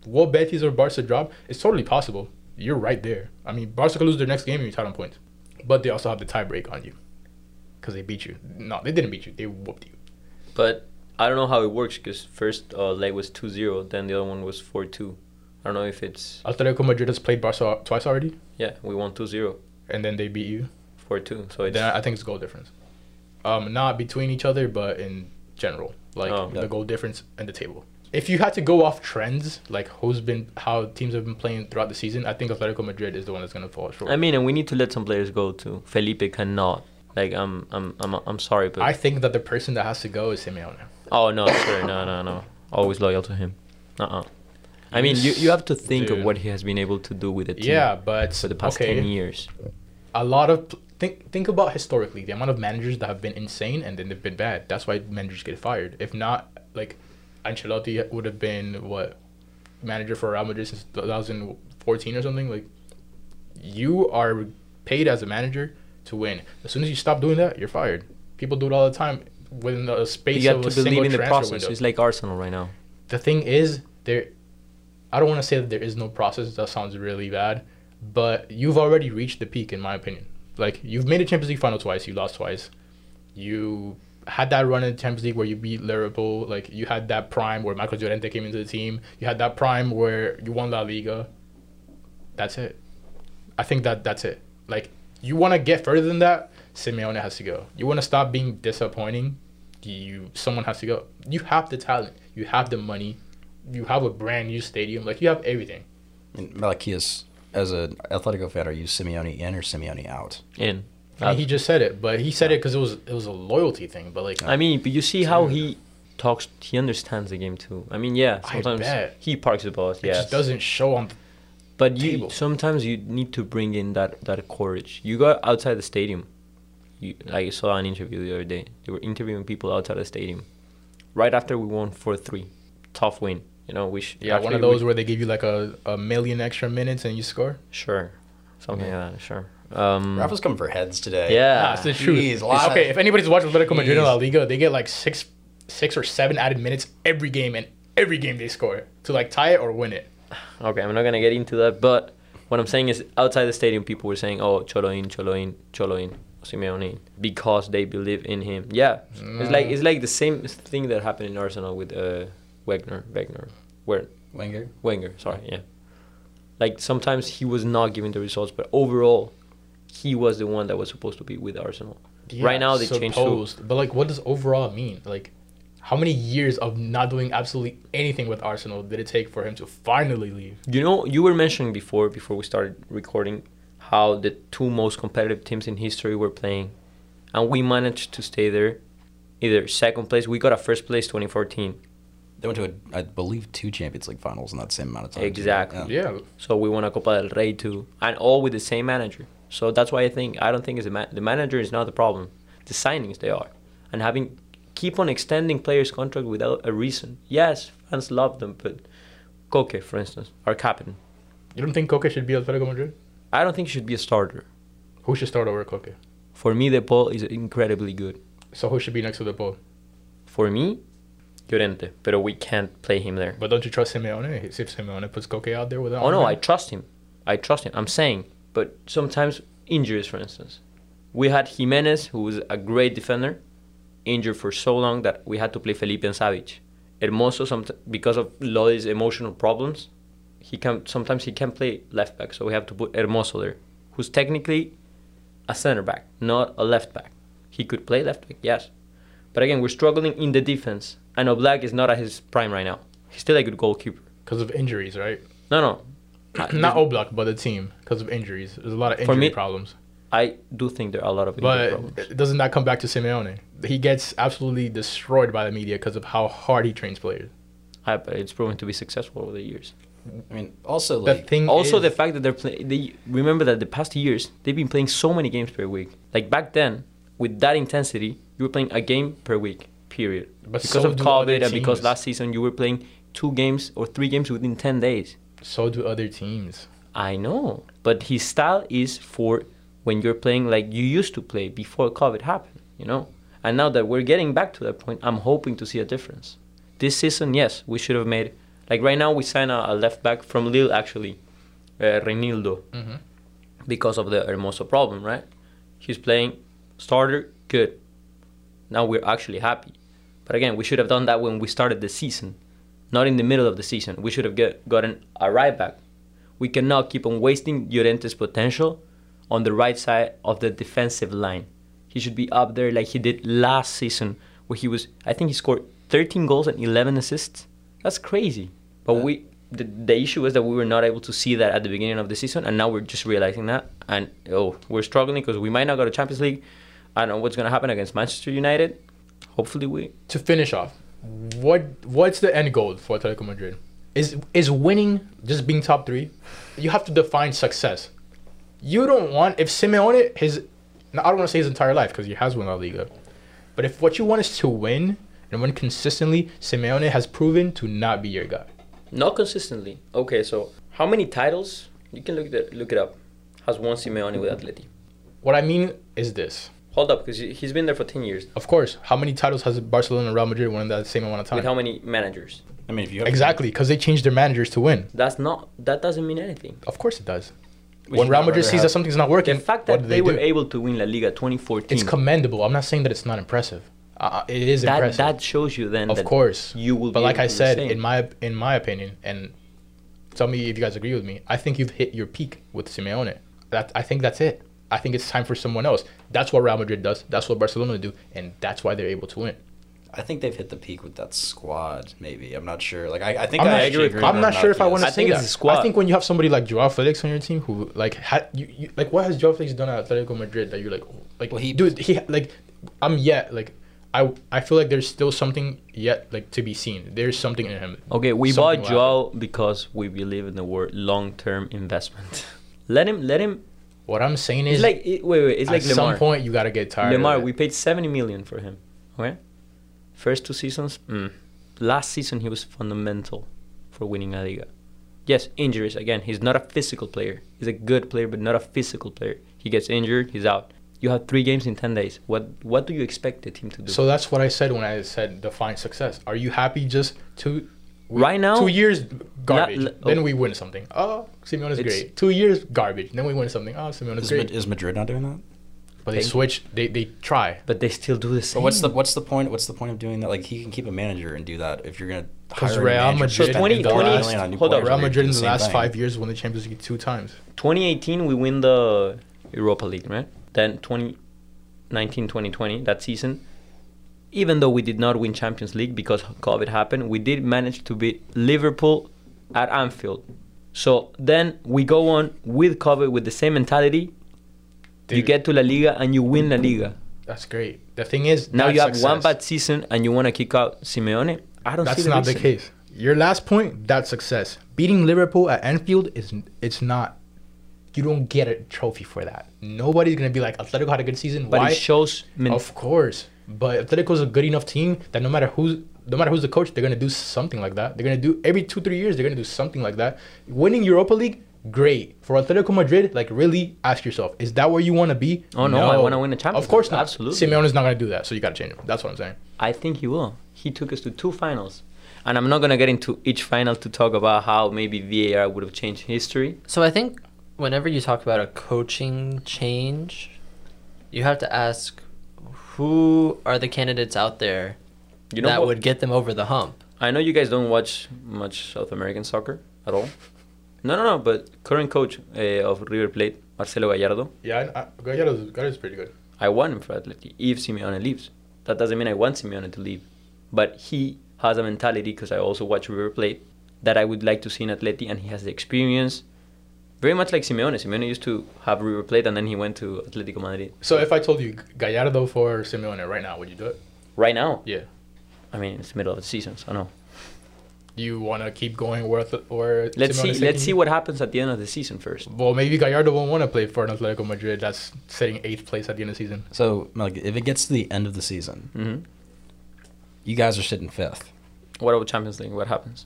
Speaker 2: Will Betis or Barca drop? It's totally possible. You're right there. I mean, Barca could lose their next game and you're tied on points, but they also have the tie break on you because they beat you. No, they didn't beat you. They whooped you.
Speaker 4: But I don't know how it works because first uh, leg was 2-0, then the other one was 4-2. I don't know if it's
Speaker 2: Atletico Madrid has played Barca twice already,
Speaker 4: yeah, we won 2-0,
Speaker 2: and then they beat you.
Speaker 4: 4-2. So it's
Speaker 2: Then I think it's goal difference. Um, not between each other, but in general, like
Speaker 4: Oh.
Speaker 2: the goal difference and the table. If you had to go off trends, like who's been how teams have been playing throughout the season, I think Atletico Madrid is the one that's gonna fall short.
Speaker 4: I mean, and we need to let some players go too. Felipe cannot. Like I'm, I'm, I'm, I'm sorry, but
Speaker 2: I think that the person that has to go is Simeone.
Speaker 4: oh no, sure, no, no, no. Always loyal to him. Uh, uh I mean, you, you have to think of
Speaker 2: Dude.
Speaker 4: what he has been able to do with the team.
Speaker 2: Yeah, but
Speaker 4: For the past
Speaker 2: okay,
Speaker 4: ten years.
Speaker 2: a lot of pl- think think about historically the amount of managers that have been insane and then they've been bad. That's why managers get fired. If not, like Ancelotti would have been what manager for Real Madrid since 2014 or something. Like you are paid as a manager to win. As soon as you stop doing that, you're fired. People do it all the time within the space
Speaker 4: You
Speaker 2: of
Speaker 4: have
Speaker 2: a
Speaker 4: to believe
Speaker 2: single
Speaker 4: in the
Speaker 2: transfer
Speaker 4: process.
Speaker 2: window
Speaker 4: It's like Arsenal right now.
Speaker 2: the thing is there i don't want to say that there is no process that sounds really bad but you've already reached the peak in my opinion like you've made a champions league final twice you lost twice you had that run in the champions league where you beat liverpool like you had that prime where michael Llorente came into the team you had that prime where you won la liga that's it i think that that's it like you want to get further than that simeone has to go you want to stop being disappointing you someone has to go. You have the talent, you have the money, you have a brand new stadium, like you have everything.
Speaker 1: And Malakias, as an Atletico fan, are you Simeone in or Simeone out?
Speaker 4: In.
Speaker 2: I mean, he just said it, but he said it 'cause it because it was it was a loyalty thing. But like,
Speaker 4: I mean, but you see how he talks. He understands the game too. I mean, yeah,
Speaker 2: I
Speaker 4: sometimes
Speaker 2: bet.
Speaker 4: he parks the ball.
Speaker 2: it
Speaker 4: Yeah,
Speaker 2: just doesn't show on.
Speaker 4: But you
Speaker 2: table.
Speaker 4: sometimes you need to bring in that that courage. You go outside the stadium. You, I saw an interview the other day. They were interviewing people outside the stadium. Right after we won four three, tough win. You know, we sh-
Speaker 2: Yeah, one
Speaker 4: actually
Speaker 2: of those
Speaker 4: we-
Speaker 2: where they give you like a, a million extra minutes and you score.
Speaker 4: sure, something like that. Sure.
Speaker 2: Hmm.
Speaker 4: Um,
Speaker 1: Rafa's coming for heads today.
Speaker 2: Nah,
Speaker 4: yeah.
Speaker 2: it's the truth.
Speaker 1: Ah, Jeez, a lot of-
Speaker 2: okay, if anybody's watching Atletico Madrid in
Speaker 1: Jeez.
Speaker 2: La Liga, they get like six, six or seven added minutes every game, and every game they score to like tie it or win it.
Speaker 4: okay, I'm not gonna get into that. But what I'm saying is, outside the stadium, people were saying, "Oh, Cholo in, Cholo in, Cholo in, Simeone in," because they believe in him. Yeah, it's like it's like the same thing that happened in Arsenal with uh, Wegner, Wegner, where
Speaker 1: Wenger.
Speaker 4: Wenger, sorry, yeah. Like sometimes he was not giving the results, but overall, he was the one that was supposed to be with Arsenal. right now they changed to
Speaker 2: supposed, But like, what does overall mean? Like, how many years of not doing absolutely anything with Arsenal did it take for him to finally leave?
Speaker 4: you know you were mentioning before before we started recording how the two most competitive teams in history were playing, and we managed to stay there, either second place. We got a first place 2014,
Speaker 1: They went to, a, I believe, two Champions League finals in that same amount of time. too, right?
Speaker 4: Exactly.
Speaker 1: Yeah.
Speaker 2: Yeah,
Speaker 4: so we won a Copa del Rey too, and all with the same manager. So that's why I think I don't think it's a ma- the manager is not the problem. The signings they are, and having keep on extending players' contract without a reason. Yes, fans love them, but Koke, for instance, our captain,
Speaker 2: you don't think Koke should be at Atletico Madrid?
Speaker 4: I don't think he should be a starter.
Speaker 2: Who should start over Koke?
Speaker 4: For me, the ball is incredibly good.
Speaker 2: So who should be next to the pole?
Speaker 4: For me, Llorente, but we can't play him there.
Speaker 2: But don't you trust Simeone? If Simeone puts Koke out there with
Speaker 4: Oh no, I trust him. I trust him. I'm saying, but sometimes injuries, for instance, we had Jimenez, who was a great defender, injured for so long that we had to play Felipe and Savic. Hermoso, somet because of Lode's emotional problems, he can sometimes he can play left back, so we have to put Hermoso there, who's technically a center back, not a left back. He could play left back, yes, but again, we're struggling in the defense, and Oblak is not at his prime right now. He's still a good goalkeeper.
Speaker 2: because of injuries, right?
Speaker 4: No, no, Uh,
Speaker 2: not Oblak, but the team because of injuries. There's a lot of
Speaker 4: For
Speaker 2: injury
Speaker 4: me-
Speaker 2: problems.
Speaker 4: I do think there are a lot of injury problems.
Speaker 2: But doesn't that come back to Simeone? He gets absolutely destroyed by the media because of how hard he trains players.
Speaker 4: I, but it's proven to be successful over the years.
Speaker 1: I mean, also,
Speaker 2: The
Speaker 1: like,
Speaker 2: thing
Speaker 4: also,
Speaker 2: Mm, is-
Speaker 4: the fact that they're playing. They remember that the past years they've been playing so many games per week. Like back then, with that intensity, you were playing a game per week. Period.
Speaker 2: But
Speaker 4: because
Speaker 2: so
Speaker 4: of
Speaker 2: do other
Speaker 4: COVID and because
Speaker 2: teams.
Speaker 4: last season you were playing two games or three games within ten days.
Speaker 2: so do other teams.
Speaker 4: I know, but his style is for when you're playing like you used to play before COVID happened, you know. And now that we're getting back to that point, I'm hoping to see a difference. This season, yes, we should have made like right now we sign a, a left back from Lille actually, uh, Renildo, because of the Hermoso problem, right? He's playing starter good. Now we're actually happy, but again, we should have done that when we started the season, not in the middle of the season. We should have get, gotten a right back we cannot keep on wasting Llorente's potential on the right side of the defensive line. He should be up there like he did last season, where he was. I think he scored 13 goals and 11 assists. That's crazy. But we, the, the issue was that we were not able to see that at the beginning of the season, and now we're just realizing that. And oh, we're struggling because we might not go to Champions League. I don't know what's gonna happen against Manchester United. Hopefully, we
Speaker 2: to finish off, what what's the end goal for Atletico Madrid? Is is winning just being top three? You have to define success. You don't want if Simeone his now, I don't want to say his entire life because he has won La Liga, but if what you want is to win and win consistently, Simeone has proven to not be your guy.
Speaker 4: Not consistently. Okay, so how many titles? You can look that look it up. Has won Simeone with Atleti?
Speaker 2: What I mean is this:
Speaker 4: Hold up, because he's been there for ten years.
Speaker 2: of course, how many titles has Barcelona and Real Madrid won in that same amount of time?
Speaker 4: With how many managers?
Speaker 1: I mean, if you have
Speaker 2: Exactly, because they changed their managers to win.
Speaker 4: That's not. That doesn't mean anything.
Speaker 2: Of course, it does.
Speaker 1: We
Speaker 2: when
Speaker 1: should
Speaker 2: Real
Speaker 1: not
Speaker 2: Madrid
Speaker 1: rather
Speaker 2: sees that
Speaker 1: have-
Speaker 2: something's not working,
Speaker 4: The fact
Speaker 2: what
Speaker 4: that
Speaker 2: do
Speaker 4: they,
Speaker 2: they,
Speaker 4: were
Speaker 2: do?
Speaker 4: able to win La Liga 2014.
Speaker 2: it's commendable. I'm not saying that it's not impressive. Uh, it is
Speaker 4: that
Speaker 2: impressive.
Speaker 4: that shows you then.
Speaker 2: of
Speaker 4: that
Speaker 2: course
Speaker 4: you will.
Speaker 2: but
Speaker 4: be
Speaker 2: like
Speaker 4: able
Speaker 2: i
Speaker 4: to do the
Speaker 2: said
Speaker 4: same.
Speaker 2: in my in my opinion and tell me if you guys agree with me i think you've hit your peak with simeone that i think that's it i think it's time for someone else that's what real madrid does that's what barcelona do and that's why they're able to win
Speaker 1: I think they've hit the peak with that squad. Maybe I'm not sure. Like I, I think
Speaker 2: i'm
Speaker 1: I
Speaker 2: not,
Speaker 1: actually
Speaker 2: sure,
Speaker 1: agree
Speaker 2: I'm
Speaker 1: with
Speaker 2: not
Speaker 1: Ronaldo.
Speaker 2: sure if i want
Speaker 1: Yes.
Speaker 2: to
Speaker 4: I
Speaker 2: say
Speaker 4: think it's
Speaker 2: that.
Speaker 4: the squad.
Speaker 2: i think when you have somebody like joao felix on your team who like had you, you like what has joao felix done at atletico madrid that you're like oh, like
Speaker 1: Well, he-
Speaker 2: dude he like i'm yet like I, I feel like there's still something yet like to be seen. There's something in him.
Speaker 4: Okay, we
Speaker 2: Something
Speaker 4: bought
Speaker 2: lacking.
Speaker 4: Joao because we believe in the word long-term investment. let him. Let him.
Speaker 2: What I'm saying
Speaker 4: It's
Speaker 2: is
Speaker 4: like it, wait, wait. It's like
Speaker 2: at
Speaker 4: Lemar.
Speaker 2: some point you gotta get tired.
Speaker 4: Lemar,
Speaker 2: of it.
Speaker 4: we paid 70 million for him. Okay? First two seasons, mm. last season he was fundamental for winning La Liga. Yes, injuries. Again, he's not a physical player. He's a good player, but not a physical player. He gets injured, he's out. You have three games in 10 days. What what do you expect the team to do?
Speaker 2: So that's what I said when I said define success. Are you happy just two we-
Speaker 4: Right now-
Speaker 2: Two years garbage,
Speaker 4: La- la-
Speaker 2: then we win something. Oh, Simeone's
Speaker 4: It's-
Speaker 2: great. Two years garbage, then we win something. Oh, Simeone's
Speaker 1: Is,
Speaker 2: great.
Speaker 1: Mad- is Madrid not doing that?
Speaker 2: but they
Speaker 4: Thank-
Speaker 2: switch. They they try.
Speaker 4: but they still do the same.
Speaker 1: But what's the what's the point? What's the point of doing that? Like he can keep a manager and do that if you're gonna
Speaker 2: 'Cause
Speaker 1: hire a
Speaker 2: Real
Speaker 1: manager, spend
Speaker 2: Madrid
Speaker 4: So 20
Speaker 1: $20
Speaker 4: 20
Speaker 1: million on new
Speaker 4: hold up,
Speaker 1: players,
Speaker 2: Real
Speaker 1: and they do
Speaker 2: Madrid in the
Speaker 1: same
Speaker 2: last
Speaker 1: thing.
Speaker 2: five years won the Champions League two times.
Speaker 4: 2018 we win the Europa League, right? Then 2019, 2020, that season, even though we did not win Champions League because COVID happened, we did manage to beat Liverpool at Anfield. So then we go on with COVID with the same mentality. You
Speaker 2: Dude.
Speaker 4: get to La Liga and you win La Liga.
Speaker 2: That's great. The thing is
Speaker 4: Now
Speaker 2: that's
Speaker 4: you have one
Speaker 2: success.
Speaker 4: bad season and you want to kick out Simeone. I don't see
Speaker 2: That's
Speaker 4: the
Speaker 2: not the
Speaker 4: reason.
Speaker 2: case. Your last point, that's success. Beating Liverpool at Anfield is it's not. You don't get a trophy for that. Nobody's gonna be like Atletico had a good season.
Speaker 4: But
Speaker 2: Why?
Speaker 4: it shows men-
Speaker 2: of course, but Atletico's a good enough team that no matter who's no matter who's the coach, they're gonna do something like that. They're gonna do every two three years. They're gonna do something like that. Winning Europa League, great for Atletico Madrid. Like really, ask yourself, is that where you want to be?
Speaker 4: Oh, no, I wanna win the Champions
Speaker 2: Of course
Speaker 4: League.
Speaker 2: not.
Speaker 4: Absolutely.
Speaker 2: Simeone's not gonna do that, so you gotta change him. That's what I'm saying.
Speaker 4: I think he will. He took us to two finals. And I'm not going to get into each final to talk about how maybe VAR would have changed history.
Speaker 3: So I think whenever you talk about a coaching change, you have to ask who are the candidates out there
Speaker 4: You know
Speaker 3: that
Speaker 4: what?
Speaker 3: would get them over the hump.
Speaker 4: I know you guys don't watch much South American soccer at all. No, no, no, but current coach uh, of River Plate, Marcelo Gallardo,
Speaker 2: Yeah, I, I, Gallardo's, Gallardo's pretty good.
Speaker 4: I want him for Atleti if Simeone leaves. That doesn't mean I want Simeone to leave. But he has a mentality, because I also watch River Plate, that I would like to see in Atleti, and he has the experience. Very much like Simeone. Simeone used to have River Plate, and then he went to Atletico Madrid.
Speaker 2: So if I told you Gallardo for Simeone right now, would you do it?
Speaker 4: Right now,
Speaker 2: Yeah.
Speaker 4: I mean, it's the middle of the season, so no.
Speaker 2: Do you want to keep going with or Simeone's
Speaker 4: Let's see.
Speaker 2: taking
Speaker 4: Let's see
Speaker 2: you?
Speaker 4: what happens at the end of the season first.
Speaker 2: Well, maybe Gallardo won't want to play for an Atletico Madrid that's sitting eighth place at the end of the season.
Speaker 1: So like, if it gets to the end of the season,
Speaker 4: hmm
Speaker 1: you guys are sitting fifth.
Speaker 4: What about Champions League? What happens?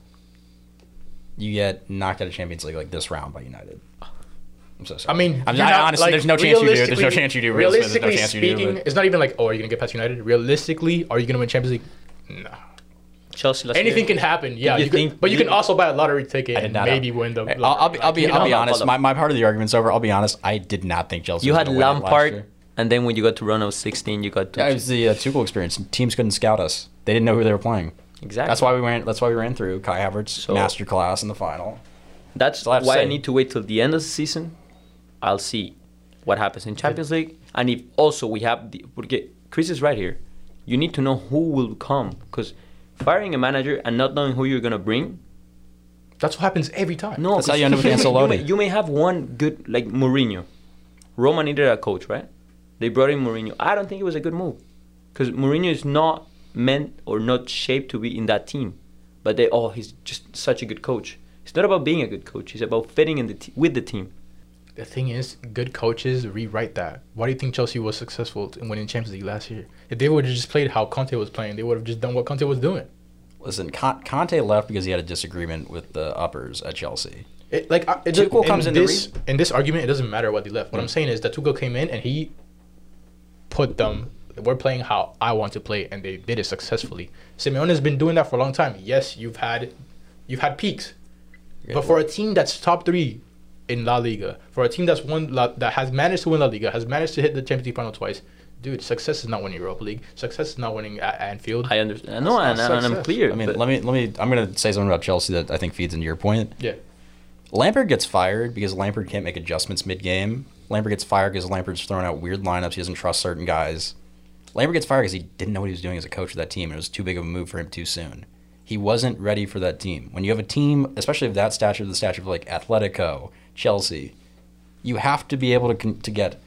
Speaker 1: you get knocked out of Champions League like this round by United. I'm so sorry.
Speaker 2: I mean,
Speaker 1: I'm
Speaker 2: you're
Speaker 1: not,
Speaker 2: not,
Speaker 1: honestly,
Speaker 2: like,
Speaker 1: there's no chance you do. There's no
Speaker 2: realistically-
Speaker 1: chance you do.
Speaker 2: Realistically
Speaker 1: there's no chance
Speaker 2: speaking,
Speaker 1: you do. but-
Speaker 2: it's not even like, oh, are you gonna get past United? Realistically, are you gonna win Champions League? No.
Speaker 4: Chelsea last
Speaker 2: Anything
Speaker 4: year.
Speaker 2: can happen. Yeah,
Speaker 1: you
Speaker 2: you
Speaker 1: think-
Speaker 2: can, but you can
Speaker 1: you-
Speaker 2: also buy a lottery ticket
Speaker 1: did
Speaker 2: and
Speaker 1: not know.
Speaker 2: maybe win the.
Speaker 1: Hey, I'll, I'll be, I'll be,
Speaker 4: You
Speaker 1: I'll
Speaker 4: don't
Speaker 1: be
Speaker 4: know,
Speaker 1: honest.
Speaker 4: follow.
Speaker 1: My, my part of the argument's over. I'll be honest. I did not think Chelsea.
Speaker 4: You
Speaker 1: was
Speaker 4: had
Speaker 1: gonna win it last
Speaker 4: Lampard,
Speaker 1: year.
Speaker 4: and then when you got to run of 16, you got two.
Speaker 1: Yeah, it was the uh, Tuchel experience. Teams couldn't scout us. They didn't know who they were playing.
Speaker 4: exactly.
Speaker 1: That's why we ran. That's why we ran through Kai Havertz's
Speaker 4: So-
Speaker 1: masterclass in the final.
Speaker 4: That's
Speaker 1: So I have to
Speaker 4: why I
Speaker 1: say-
Speaker 4: need to wait till the end of the season. I'll see what happens in Champions League, and if also we have the porque Chris is right here. You need to know who will come because firing a manager and not knowing who you're gonna bring.
Speaker 2: That's what happens every time.
Speaker 4: No,
Speaker 1: That's how
Speaker 4: 'cause
Speaker 1: you end up with
Speaker 4: may- You may,
Speaker 1: Ancelotti.
Speaker 4: you may have one good like Mourinho. Roma needed a coach, right? They brought in Mourinho. I don't think it was a good move because Mourinho is not meant or not shaped to be in that team. But they, oh, he's just such a good coach. It's not about being a good coach. It's about fitting in the t- with the team.
Speaker 2: The thing is, good coaches rewrite that. Why do you think Chelsea was successful in winning Champions League last year? If they would have just played how Conte was playing, they would have just done what Conte was doing.
Speaker 1: Listen, Con- Conte left because he had a disagreement with the uppers at Chelsea.
Speaker 2: It, like I- it,
Speaker 1: Tuchel comes in to
Speaker 2: this in this argument, it doesn't matter what they left. What I'm saying is that Tuchel came in and he put them. We're playing how I want to play, and they did it successfully. Simeone has been doing that for a long time. Yes, you've had you've had peaks, but for a team that's top three in La Liga, for a team that's won La, that has managed to win La Liga, has managed to hit the Champions League final twice, dude, success is not winning Europa League. Success is not winning at Anfield.
Speaker 4: I understand. No,
Speaker 2: That's
Speaker 4: and,
Speaker 2: not
Speaker 4: and I'm
Speaker 2: success.
Speaker 4: clear.
Speaker 1: I mean,
Speaker 4: but
Speaker 1: let me let me. I'm gonna say something about Chelsea that I think feeds into your point.
Speaker 2: yeah,
Speaker 1: Lampard gets fired because Lampard can't make adjustments mid-game. Lampard gets fired because Lampard's throwing out weird lineups. He doesn't trust certain guys. Lampard gets fired because he didn't know what he was doing as a coach of that team. It was too big of a move for him too soon. He wasn't ready for that team. When you have a team, especially of that stature, the stature of like Atletico, Chelsea, you have to be able to con- to get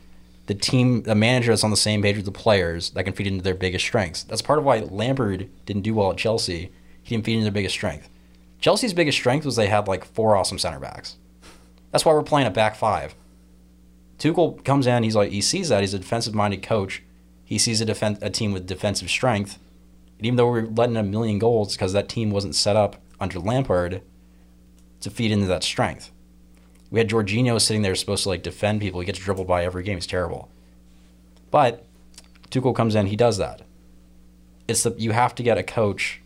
Speaker 1: the team, the manager that's on the same page with the players that can feed into their biggest strengths. That's part of why Lampard didn't do well at Chelsea. He didn't feed into their biggest strength. Chelsea's biggest strength was they had like four awesome center backs. That's why we're playing a back five. Tuchel comes in, he's like he sees that he's a defensive-minded coach. He sees a defen a team with defensive strength. And even though we're letting in a million goals because that team wasn't set up under Lampard to feed into that strength. We had Jorginho sitting there supposed to like defend people. He gets dribbled by every game. He's terrible. But Tuchel comes in, he does that. It's the you have to get a coach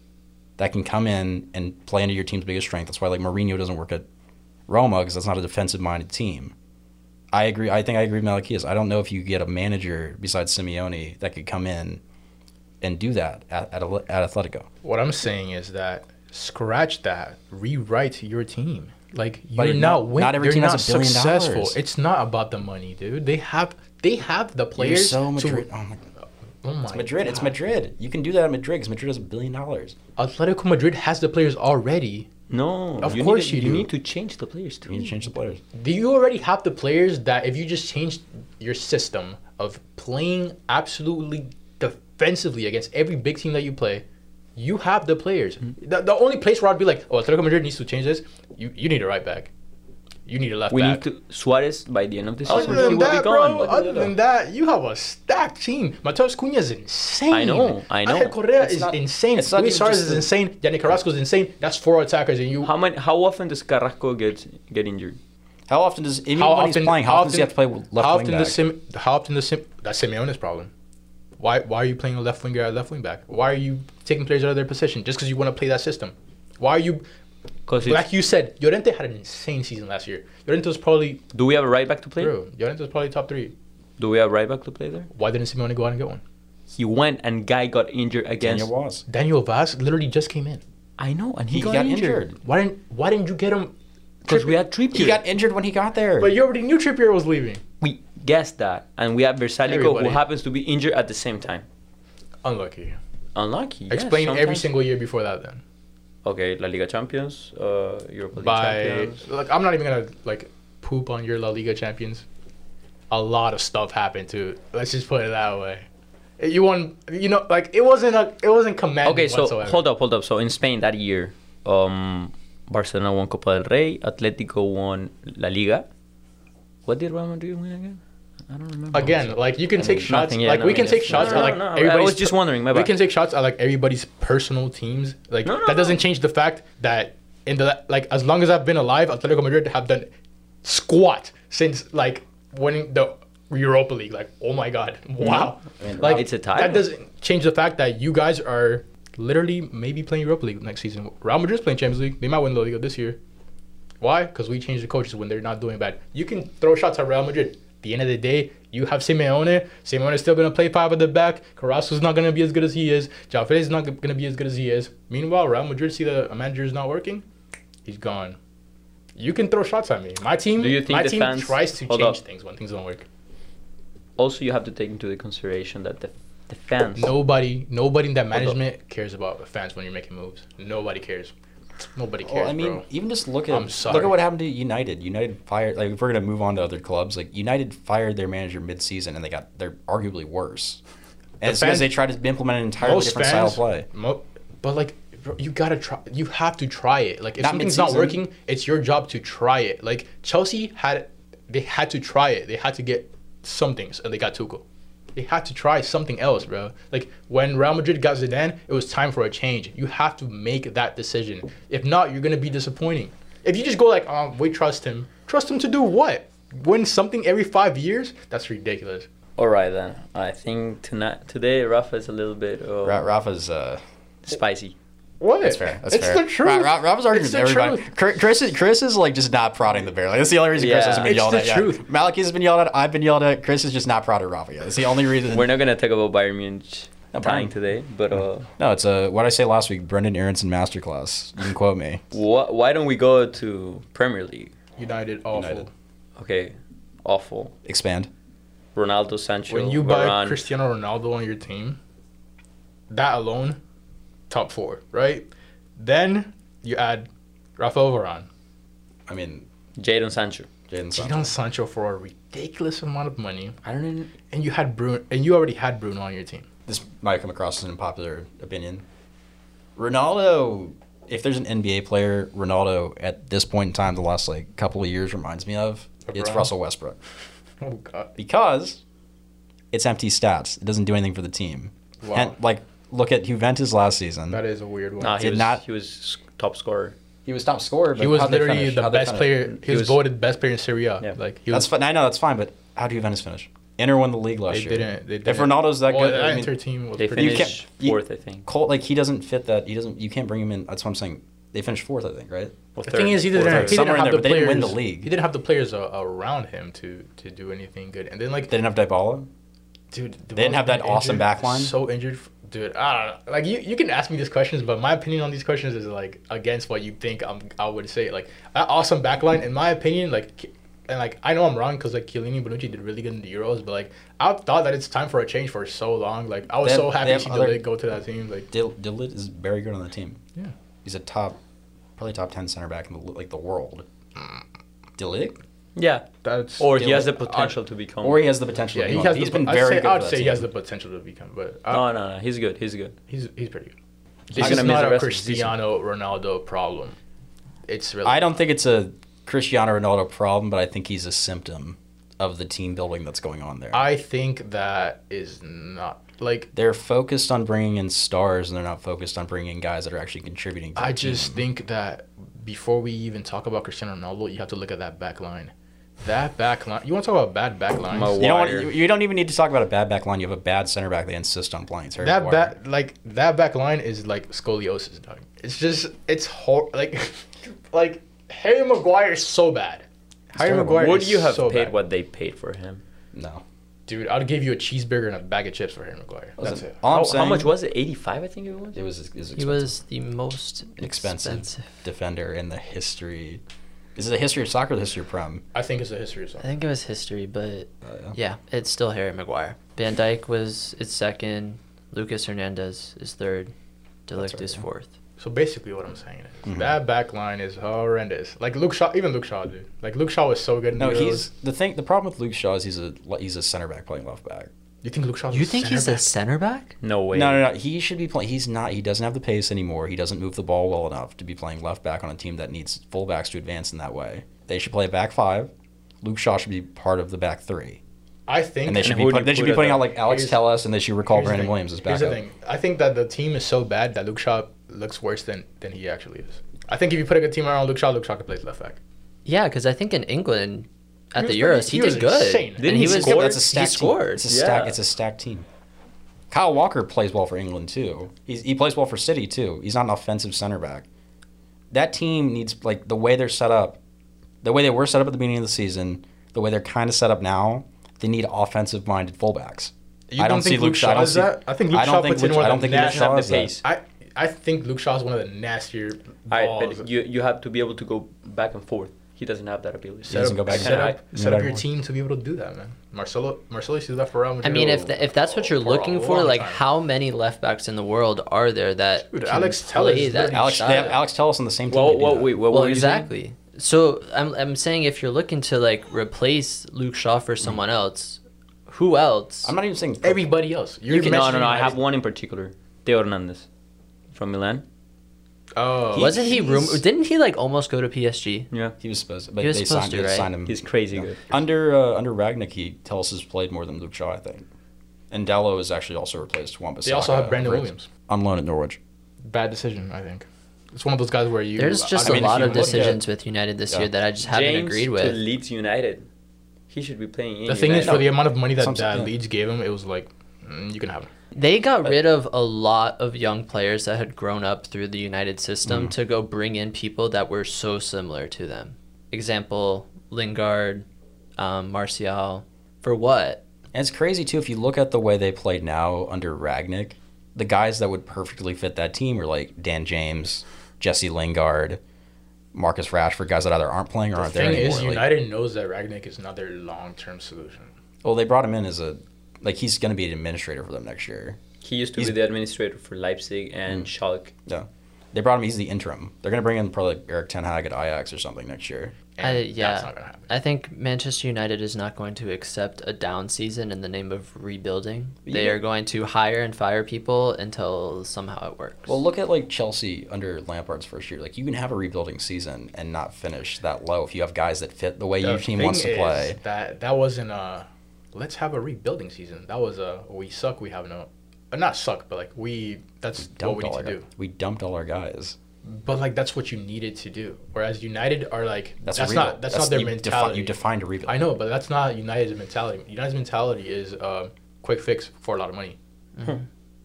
Speaker 1: that can come in and play into your team's biggest strength. That's why like Mourinho doesn't work at Roma because that's not a defensive minded team. I agree. I think I agree with Malachias. I don't know if you get a manager besides Simeone that could come in and do that at, at, Al- at Atletico.
Speaker 2: what I'm saying is that scratch that, rewrite your team. Like
Speaker 1: But
Speaker 2: you're
Speaker 1: not-
Speaker 2: not winning.
Speaker 1: not every
Speaker 2: you're
Speaker 1: team has
Speaker 2: not
Speaker 1: a billion
Speaker 2: successful.
Speaker 1: dollars.
Speaker 2: It's not about the money, dude. They have they have the
Speaker 1: You're
Speaker 2: players.
Speaker 1: so
Speaker 2: to-
Speaker 1: Madrid. Oh my God.
Speaker 2: oh my
Speaker 1: It's Madrid. It's
Speaker 2: God.
Speaker 1: Madrid. You can do that at Madrid because Madrid has a billion dollars.
Speaker 2: Atletico Madrid has the players already.
Speaker 4: no,
Speaker 2: Of
Speaker 4: you need
Speaker 2: course
Speaker 4: to-
Speaker 2: you
Speaker 4: You
Speaker 2: do.
Speaker 4: need to change the players
Speaker 1: You need
Speaker 4: too.
Speaker 1: to change the players.
Speaker 2: Do you already have the players that if you just change your system of playing absolutely defensively against every big team that you play, you have the players.
Speaker 1: Mm-hmm.
Speaker 2: The, the only place where I'd be like, oh, Atletico Madrid needs to change this. You you need a right back. You need a left
Speaker 4: We
Speaker 2: back.
Speaker 4: need to Suarez by the end of the season.
Speaker 2: Other
Speaker 4: he
Speaker 2: than
Speaker 4: will be
Speaker 2: that,
Speaker 4: gone.
Speaker 2: bro. Other than that, you have a stacked team. Mateus Cunha is insane.
Speaker 4: I know, I know.
Speaker 2: Angel Correa
Speaker 1: It's
Speaker 2: is
Speaker 1: not-
Speaker 2: insane.
Speaker 1: it's not
Speaker 2: Luis
Speaker 1: even
Speaker 2: Suarez
Speaker 1: just
Speaker 2: is
Speaker 1: the-
Speaker 2: insane. Yannick Carrasco is insane. That's four attackers, and you.
Speaker 4: How many? How often does Carrasco get get injured?
Speaker 1: How often does even when he's playing? How, often does he have to play left
Speaker 2: how
Speaker 1: wing
Speaker 2: often
Speaker 1: back?
Speaker 2: does Sim? How often does Sim? That's Simeone's problem. Why? Why are you playing a left winger at left wing back? Why are you taking players out of their position just because you want to play that system? Why are you?
Speaker 4: Because
Speaker 2: Like you said, Llorente had an insane season last year. Llorente was probably,
Speaker 4: do we have a right back to play?
Speaker 2: bro. Llorente was probably top three.
Speaker 4: Do we have a right back to play there?
Speaker 2: Why didn't Simeone go out and get one?
Speaker 4: He went and guy got injured against.
Speaker 1: Daniel Wallace.
Speaker 2: Daniel Vaz literally just came in.
Speaker 4: I know, and he,
Speaker 1: He,
Speaker 4: got,
Speaker 1: got
Speaker 4: injured
Speaker 1: injured.
Speaker 2: Why didn't Why didn't you get him?
Speaker 4: because we had Trippier.
Speaker 1: He got injured when he got there.
Speaker 2: But you already knew Trippier was leaving.
Speaker 4: we guessed that, and we have Versalico who
Speaker 2: Everybody.
Speaker 4: happens to be injured at the same time.
Speaker 2: Unlucky.
Speaker 4: Unlucky. yes,
Speaker 2: Explain every
Speaker 4: sometimes.
Speaker 2: single year before that then.
Speaker 4: Okay, La Liga champions, uh, Europa League
Speaker 2: By
Speaker 4: champions.
Speaker 2: like, I'm not even gonna like poop on your La Liga champions. A lot of stuff happened to. Let's just put it that way. You won. You know, like it wasn't a. It wasn't commanding
Speaker 4: Okay, so
Speaker 2: whatsoever.
Speaker 4: hold up, hold up. So in Spain that year, um, Barcelona won Copa del Rey, Atletico won La Liga. What did Real Madrid win again? I don't remember.
Speaker 2: Again, like you can take shots.
Speaker 4: nothing, yeah,
Speaker 2: like
Speaker 4: no,
Speaker 2: we
Speaker 4: I
Speaker 2: can
Speaker 4: mean,
Speaker 2: take
Speaker 4: it's-
Speaker 2: shots
Speaker 4: no,
Speaker 2: at
Speaker 4: no,
Speaker 2: like
Speaker 4: no, I
Speaker 2: everybody's.
Speaker 4: was just wondering, my
Speaker 2: We
Speaker 4: bad.
Speaker 2: can take shots at like everybody's personal teams. Like
Speaker 4: No, no,
Speaker 2: that
Speaker 4: no.
Speaker 2: doesn't change the fact that in the like as long as I've been alive, Atletico Madrid have done squat since like winning the Europa League. Like, oh my god, wow!
Speaker 4: Mm-hmm.
Speaker 1: mean,
Speaker 2: like
Speaker 4: it's a title.
Speaker 2: That doesn't change the fact that you guys are literally maybe playing Europa League next season. Real Madrid's playing Champions League. They might win La Liga this year. Why? Because we changed the coaches when they're not doing bad. You can throw shots at Real Madrid. At the end of the day, you have Simeone. Simeone's still going to play five at the back. Carrasco's not going to be as good as he is. Jao Felix is not going to be as good as he is. Meanwhile, Real Madrid see the manager is not working. He's gone. You can throw shots at me. My team,
Speaker 4: Do you think
Speaker 2: my
Speaker 4: the
Speaker 2: team
Speaker 4: fans-
Speaker 2: tries to
Speaker 4: hold
Speaker 2: change
Speaker 4: up.
Speaker 2: things when things don't work.
Speaker 4: Also, you have to take into consideration that the, the fans.
Speaker 2: Nobody, nobody in that
Speaker 4: up.
Speaker 2: management cares about the fans when you're making moves. Nobody cares. Nobody cares,
Speaker 1: Well, I mean,
Speaker 2: bro.
Speaker 1: even just look at
Speaker 2: I'm
Speaker 1: look
Speaker 2: sorry.
Speaker 1: at what happened to United. United fired like if we're gonna move on to other clubs, like United fired their manager mid-season and they got they're arguably worse. And it's because
Speaker 2: fans-
Speaker 1: they tried to implement an entirely different style of play.
Speaker 2: Mo- but like, bro, you gotta try. You have to try it. Like, if
Speaker 1: Not
Speaker 2: something's not
Speaker 1: mid-season.
Speaker 2: working, it's your job to try it. Like Chelsea had, they had to try it. They had to get some things, and they got Tuchel. They had to try something else, bro. Like when Real Madrid got Zidane, it was time for a change. You have to make that decision. If not, you're gonna be disappointing. If you just go like, um, we trust him. Trust him to do what? Win something every five years? That's ridiculous.
Speaker 4: All right then. I think tonight today Rafa is a little bit uh,
Speaker 1: Ra- Rafa's uh,
Speaker 4: spicy.
Speaker 2: What?
Speaker 1: that's fair. That's
Speaker 2: it's
Speaker 1: fair.
Speaker 2: the truth.
Speaker 1: Ra- Ra- Rafa's arguing
Speaker 2: It's
Speaker 1: with
Speaker 2: the
Speaker 1: everybody.
Speaker 2: truth.
Speaker 1: Chr- Chris, is, Chris is like just not prodding the bear. Like, that's the only reason Chris
Speaker 4: Yeah.
Speaker 1: hasn't been
Speaker 4: It's
Speaker 1: yelled
Speaker 2: the
Speaker 1: at. yet.
Speaker 2: truth.
Speaker 1: Malachi has been yelled at. I've been yelled at. Chris is just not proud of Rafa yet. That's the only reason.
Speaker 4: We're not gonna talk about Bayern Munich
Speaker 1: No problem.
Speaker 4: tying
Speaker 1: Mm-hmm.
Speaker 4: today, but uh,
Speaker 1: no, it's a what I say last week. Brendan Aronson masterclass. You can quote me.
Speaker 4: wh- why don't we go to Premier League?
Speaker 2: United awful.
Speaker 1: United.
Speaker 4: Okay, awful.
Speaker 1: Expand.
Speaker 4: Ronaldo, Sancho,
Speaker 2: When you buy
Speaker 4: Varane.
Speaker 2: Cristiano Ronaldo on your team, that alone, top four, right? Then you add Rafael Varane,
Speaker 1: I mean,
Speaker 4: Jadon Sancho.
Speaker 1: Jaden. Sancho.
Speaker 2: Jadon Sancho for a ridiculous amount of money,
Speaker 1: I don't even.
Speaker 2: and you had Bruno, and you already had Bruno on your team.
Speaker 1: this might come across as an unpopular opinion. Ronaldo, if there's an NBA player, Ronaldo at this point in time, the last like couple of years reminds me of, it's
Speaker 2: LeBron?
Speaker 1: Russell Westbrook
Speaker 2: Oh God,
Speaker 1: because it's empty stats. It doesn't do anything for the team.
Speaker 2: Wow.
Speaker 1: And like, look at Juventus last season.
Speaker 2: that is a weird one.
Speaker 4: No, he
Speaker 1: Did
Speaker 4: was
Speaker 1: not-
Speaker 4: he was sc- top scorer.
Speaker 1: he was top scorer. But
Speaker 2: he was
Speaker 1: how'd they
Speaker 2: literally
Speaker 1: finish?
Speaker 2: the
Speaker 1: How'd they
Speaker 2: best
Speaker 1: finish?
Speaker 2: player. He, was,
Speaker 4: was-
Speaker 2: voted best player in Serie A.
Speaker 4: Yeah.
Speaker 2: Like he
Speaker 1: That's
Speaker 2: was.
Speaker 1: fine. I know that's fine, but how do Juventus finish? Inter won the league last
Speaker 2: They
Speaker 1: year.
Speaker 2: didn't, they didn't.
Speaker 1: If Ronaldo's that
Speaker 2: well,
Speaker 1: good,
Speaker 2: that
Speaker 1: I mean,
Speaker 2: entire team was
Speaker 4: They
Speaker 2: pretty.
Speaker 1: You
Speaker 4: finished
Speaker 1: can't- you-
Speaker 4: fourth, I think.
Speaker 1: Cole, like he doesn't fit that. He doesn't. You can't bring him in. That's what I'm saying. They finished fourth, I think, right?
Speaker 4: Or
Speaker 2: The
Speaker 4: third,
Speaker 2: thing is, he
Speaker 4: or
Speaker 2: didn't,
Speaker 4: third.
Speaker 2: he
Speaker 1: Somewhere
Speaker 2: didn't
Speaker 1: in there,
Speaker 2: have the
Speaker 1: but they didn't win
Speaker 2: players.
Speaker 1: the league.
Speaker 2: He didn't have the players uh, around him to to do anything good. And then like
Speaker 1: They didn't have Dybala.
Speaker 2: dude, they
Speaker 1: didn't have that awesome back line?
Speaker 2: So injured, f- dude. I don't know. Like you, you can ask me these questions, but my opinion on these questions is like against what you think I'm. I would say like that awesome back line. In my opinion, like. Ki- And like I know I'm wrong because like Chiellini Bonucci did really good in the Euros, but like I've thought that it's time for a change for so long. Like I was
Speaker 1: They have-
Speaker 2: so happy
Speaker 1: they
Speaker 2: to
Speaker 1: have
Speaker 2: see
Speaker 1: other-
Speaker 2: the league go to that team. Like
Speaker 1: Dil- Dillard is very good on the team.
Speaker 2: Yeah.
Speaker 1: He's a top, probably top ten center back in the like the world. Dillard,
Speaker 2: Um,
Speaker 4: Yeah,
Speaker 2: that's
Speaker 4: or he
Speaker 1: Still-
Speaker 4: has the potential to become.
Speaker 1: or he has the potential.
Speaker 2: yeah,
Speaker 1: to
Speaker 2: he
Speaker 1: be one.
Speaker 2: has.
Speaker 1: He's
Speaker 2: the,
Speaker 1: been
Speaker 2: I'd
Speaker 1: very
Speaker 2: say,
Speaker 1: good.
Speaker 2: I would
Speaker 1: for that
Speaker 2: say he
Speaker 1: team.
Speaker 2: has the potential to become, but I,
Speaker 4: no, no, no. He's good. He's good.
Speaker 2: He's he's pretty good.
Speaker 4: He's
Speaker 2: This is
Speaker 4: gonna miss
Speaker 2: not
Speaker 4: the
Speaker 2: a
Speaker 4: rest of the season.
Speaker 2: Cristiano Ronaldo problem. It's really
Speaker 1: I don't think it's a Cristiano Ronaldo problem, but I think he's a symptom of the team building that's going on there.
Speaker 2: I think that is not like
Speaker 1: they're focused on bringing in stars, and they're not focused on bringing in guys that are actually contributing. To
Speaker 2: I
Speaker 4: Mm-hmm.
Speaker 1: the team.
Speaker 2: just think that before we even talk about Cristiano Ronaldo, you have to look at that back line. That back line. You want to talk about bad back lines?
Speaker 4: My
Speaker 1: You don't, want,
Speaker 4: Wire.
Speaker 1: you, you don't even need to talk about a bad back line. You have a bad center back. They insist on playing. It's Harry
Speaker 2: that
Speaker 1: Maguire.
Speaker 2: back like that back line is like scoliosis, dog. It's just it's hor like like Harry Maguire is so bad. Harry
Speaker 1: terrible.
Speaker 2: Maguire
Speaker 4: Would
Speaker 2: is
Speaker 4: you have
Speaker 2: so
Speaker 4: paid
Speaker 2: bad.
Speaker 4: what they paid for him?
Speaker 1: No.
Speaker 2: Dude, I'd give you a cheeseburger and a bag of chips for Harry Maguire. That's it.
Speaker 1: All I'm
Speaker 4: How,
Speaker 1: saying,
Speaker 4: how much was it? Eighty-five, I think it was.
Speaker 1: it was? It was
Speaker 3: He was the most
Speaker 1: expensive,
Speaker 3: expensive.
Speaker 1: defender in the history. Is it the history of soccer or the history of prom?
Speaker 2: I think it's a history of
Speaker 3: I
Speaker 2: something.
Speaker 3: think it was history, but
Speaker 1: yeah.
Speaker 2: Uh,
Speaker 3: yeah, it's still Harry Maguire. Van Dyke was its second. Lucas Hernandez is third.
Speaker 1: That's
Speaker 3: Delict is
Speaker 1: right, yeah.
Speaker 3: fourth.
Speaker 2: So basically, what I'm saying is
Speaker 1: Mm-hmm.
Speaker 2: that back line is horrendous. Like Luke Shaw, even Luke Shaw, dude. Like Luke Shaw was so good. In
Speaker 1: No,
Speaker 2: the
Speaker 1: he's
Speaker 2: Euros.
Speaker 1: the thing. The problem with Luke Shaw is he's a he's a center back playing left back.
Speaker 2: You think Luke Shaw?
Speaker 3: You think he's a center back?
Speaker 4: No way.
Speaker 1: No, no, no. He should be playing. He's not. He doesn't have the pace anymore. He doesn't move the ball well enough to be playing left back on a team that needs fullbacks to advance in that way. They should play a back five. Luke Shaw should be part of the back three,
Speaker 2: I think.
Speaker 1: and they should be
Speaker 4: who do
Speaker 1: put,
Speaker 4: you
Speaker 1: they should
Speaker 4: put
Speaker 1: be
Speaker 4: at
Speaker 1: putting
Speaker 4: the-
Speaker 1: out like Alex
Speaker 2: here's-
Speaker 1: Tellus, and they should recall
Speaker 2: Here's the
Speaker 1: Brandon
Speaker 2: thing.
Speaker 1: Williams as
Speaker 2: Here's the
Speaker 1: backup.
Speaker 2: thing. I think that the team is so bad that Luke Shaw looks worse than than he actually is. I think if you put a good team around Luke Shaw, Luke Shaw could play left back.
Speaker 3: Yeah, because I think in England at
Speaker 2: He
Speaker 3: the
Speaker 2: was
Speaker 3: Euros
Speaker 2: pretty-
Speaker 3: he,
Speaker 2: he was
Speaker 3: did good.
Speaker 2: insane.
Speaker 3: And
Speaker 1: Didn't
Speaker 3: he, was
Speaker 1: score?
Speaker 3: scored.
Speaker 1: That's a
Speaker 3: he
Speaker 1: stacked team.
Speaker 3: scored.
Speaker 1: It's a stack.
Speaker 4: Yeah.
Speaker 1: It's a stacked team. Kyle Walker plays well for England too. He's, he plays well for City too. He's not an offensive center back. That team needs like the way they're set up, the way they were set up at the beginning of the season, the way they're kind of set up now. They need offensive-minded fullbacks.
Speaker 2: You
Speaker 1: I don't see Luke Shaw- I don't
Speaker 2: is
Speaker 1: see-
Speaker 2: that? I think Luke
Speaker 1: I don't
Speaker 2: Shaw
Speaker 1: think
Speaker 2: puts
Speaker 1: Luke-
Speaker 2: in one
Speaker 1: I
Speaker 2: of
Speaker 1: don't
Speaker 2: the
Speaker 1: think Luke
Speaker 2: nasty-
Speaker 1: Shaw
Speaker 4: have
Speaker 1: is
Speaker 4: the
Speaker 1: that.
Speaker 4: pace.
Speaker 2: I I think Luke Shaw is one of the nastier
Speaker 4: I,
Speaker 2: balls.
Speaker 4: but you you have to be able to go back and forth. He doesn't have that ability.
Speaker 1: He
Speaker 2: set
Speaker 1: doesn't go
Speaker 2: up,
Speaker 1: back
Speaker 4: and
Speaker 2: set
Speaker 4: forth.
Speaker 2: up,
Speaker 1: No
Speaker 2: set up
Speaker 1: matter
Speaker 2: your
Speaker 1: what.
Speaker 2: team to be able to do that, man. Marcelo, Marcelo used to do that for Real Madrid
Speaker 3: I mean, if
Speaker 2: for-
Speaker 3: th if that's what you're
Speaker 2: for a
Speaker 3: looking for,
Speaker 2: long
Speaker 3: like
Speaker 2: time.
Speaker 3: how many left backs in the world are there that
Speaker 2: Dude,
Speaker 3: can
Speaker 2: Alex Telles
Speaker 3: play
Speaker 2: is
Speaker 3: that
Speaker 2: literally-
Speaker 1: Alex, they have
Speaker 3: style?
Speaker 1: Alex Telles on the same team.
Speaker 4: Well,
Speaker 1: they do
Speaker 4: well,
Speaker 1: that.
Speaker 4: wait, what,
Speaker 3: well,
Speaker 4: were you saying?
Speaker 3: exactly. So I'm I'm saying if you're looking to like replace Luke Shaw for someone else, who else?
Speaker 1: I'm not even saying
Speaker 2: everybody else, you're
Speaker 4: No, no,
Speaker 2: mentioning
Speaker 4: no. I have
Speaker 2: United-
Speaker 4: one in particular. Theo Hernandez from Milan.
Speaker 2: Oh,
Speaker 3: Wasn't he
Speaker 1: He's-
Speaker 3: rumored? Didn't he like almost go to PSG?
Speaker 4: Yeah.
Speaker 1: He was supposed to, but
Speaker 3: He was
Speaker 1: they,
Speaker 3: supposed
Speaker 1: signed,
Speaker 3: to,
Speaker 1: they
Speaker 3: right?
Speaker 1: signed him.
Speaker 4: He's crazy
Speaker 1: Yeah.
Speaker 4: good.
Speaker 1: Under uh, under Ragnick, he Telus has played more than Luke Shaw, I think. And Dallo is actually also replaced Juan
Speaker 2: they also have Brandon Williams.
Speaker 1: on loan at Norwich.
Speaker 2: Bad decision, I think. It's one of those guys where you.
Speaker 3: There's
Speaker 1: I
Speaker 3: just a
Speaker 1: mean, if
Speaker 3: lot
Speaker 1: you
Speaker 3: of
Speaker 1: look at-
Speaker 3: decisions with United this
Speaker 1: Yeah.
Speaker 3: year that I just haven't
Speaker 4: James
Speaker 3: agreed
Speaker 4: to
Speaker 3: with.
Speaker 4: Leeds United. He should be playing. In
Speaker 2: The thing is,
Speaker 4: United.
Speaker 2: for the amount of money that
Speaker 1: Some-
Speaker 2: uh,
Speaker 1: yeah.
Speaker 2: Leeds gave him, it was like, mm, you can have him.
Speaker 3: They got rid of a lot of young players that had grown up through the United
Speaker 1: Mm-hmm.
Speaker 3: system to go bring in people that were so similar to them. Example: Lingard, um, Martial. For what?
Speaker 1: And it's crazy too if you look at the way they play now under Ragnick. The guys that would perfectly fit that team are like Dan James, Jesse Lingard, Marcus Rashford, guys that either aren't playing or
Speaker 2: The
Speaker 1: aren't there
Speaker 2: thing
Speaker 1: anymore.
Speaker 2: is,
Speaker 1: like-
Speaker 2: United knows that Ragnick is not their long-term solution.
Speaker 1: well, they brought him in as a like he's going to be an administrator for them next year.
Speaker 4: he used to
Speaker 1: he's-
Speaker 4: be the administrator for Leipzig and Schalke.
Speaker 1: They brought him. He's the interim. They're going to bring in probably Eric Ten Hag at Ajax or something next year.
Speaker 2: And
Speaker 3: I- yeah.
Speaker 2: that's not gonna happen.
Speaker 3: I think Manchester United is not going to accept a down season in the name of rebuilding. They
Speaker 1: Yeah.
Speaker 3: are going to hire and fire people until somehow it works.
Speaker 1: Well, look at like Chelsea under Lampard's first year. Like you can have a rebuilding season and not finish that low if you have guys that fit the way
Speaker 2: The
Speaker 1: your team
Speaker 2: thing
Speaker 1: wants to
Speaker 2: is
Speaker 1: play.
Speaker 2: That that wasn't a let's have a rebuilding season. That was a we suck. We have no, uh, not suck, but like we that's what
Speaker 1: Dumped
Speaker 2: we
Speaker 1: all
Speaker 2: need
Speaker 1: our
Speaker 2: to
Speaker 1: guys.
Speaker 2: do.
Speaker 1: We dumped all our guys.
Speaker 2: But like that's what you needed to do. Whereas United are like
Speaker 1: That's,
Speaker 2: that's,
Speaker 1: a rebuild.
Speaker 2: not that's, not their
Speaker 1: you defi-
Speaker 2: mentality.
Speaker 1: you defined a rebuild.
Speaker 2: I know, but that's not United's mentality. United's mentality is uh, quick fix for a lot of money,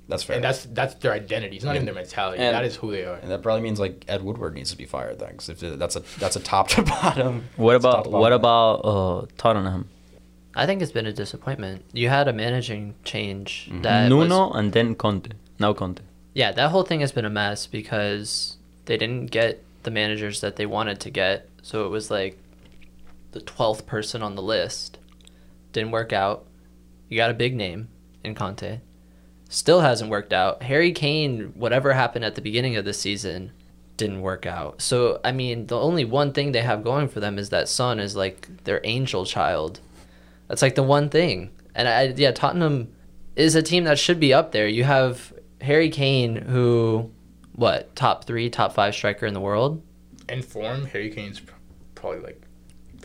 Speaker 1: That's fair.
Speaker 2: and that's that's their identity. It's not even their mentality.
Speaker 4: And-
Speaker 2: that is who they are.
Speaker 1: And that probably means like Ed Woodward needs to be fired then, because if that's a that's a top to bottom.
Speaker 4: What
Speaker 1: it's top
Speaker 4: about
Speaker 1: to
Speaker 4: what
Speaker 1: bottom.
Speaker 4: about uh, Tottenham?
Speaker 3: I think it's been a disappointment. You had a managing change that
Speaker 1: Mm-hmm.
Speaker 3: was-
Speaker 4: Nuno and then Conte. Now Conte.
Speaker 3: yeah, that whole thing has been a mess because they didn't get the managers that they wanted to get. So it was like the 12th person on the list. Didn't work out. You got a big name in Conte. Still hasn't worked out. Harry Kane, whatever happened at the beginning of the season, didn't work out. So, I mean, the only one thing they have going for them is that son is like their angel child. That's like the one thing. And I, yeah, Tottenham is a team that should be up there. You have Harry Kane, who, what, top three, top five striker in the world?
Speaker 2: In form, Harry Kane's pr- probably like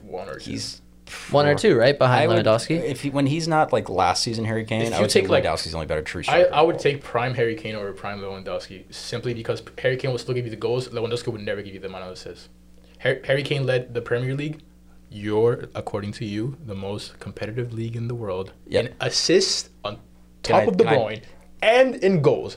Speaker 2: one or two.
Speaker 1: He's
Speaker 3: One or
Speaker 1: Sure.
Speaker 3: two, right?
Speaker 1: I
Speaker 3: Behind
Speaker 1: would,
Speaker 3: Lewandowski?
Speaker 1: if he, when he's not like last season Harry Kane,
Speaker 2: If
Speaker 1: I
Speaker 2: you
Speaker 1: would take
Speaker 2: take,
Speaker 1: like,
Speaker 2: like-
Speaker 1: Lewandowski's the only better true
Speaker 2: I,
Speaker 1: striker.
Speaker 2: I would take prime Harry Kane over prime Lewandowski simply because Harry Kane will still give you the goals. Lewandowski would never give you the amount of assists. Harry, Harry Kane led the Premier League. You're, according to you, the most competitive league in the world
Speaker 1: Yep.
Speaker 2: in assists on
Speaker 1: Can
Speaker 2: top
Speaker 1: I-
Speaker 2: of the
Speaker 1: can I-
Speaker 2: Bruyne and in goals.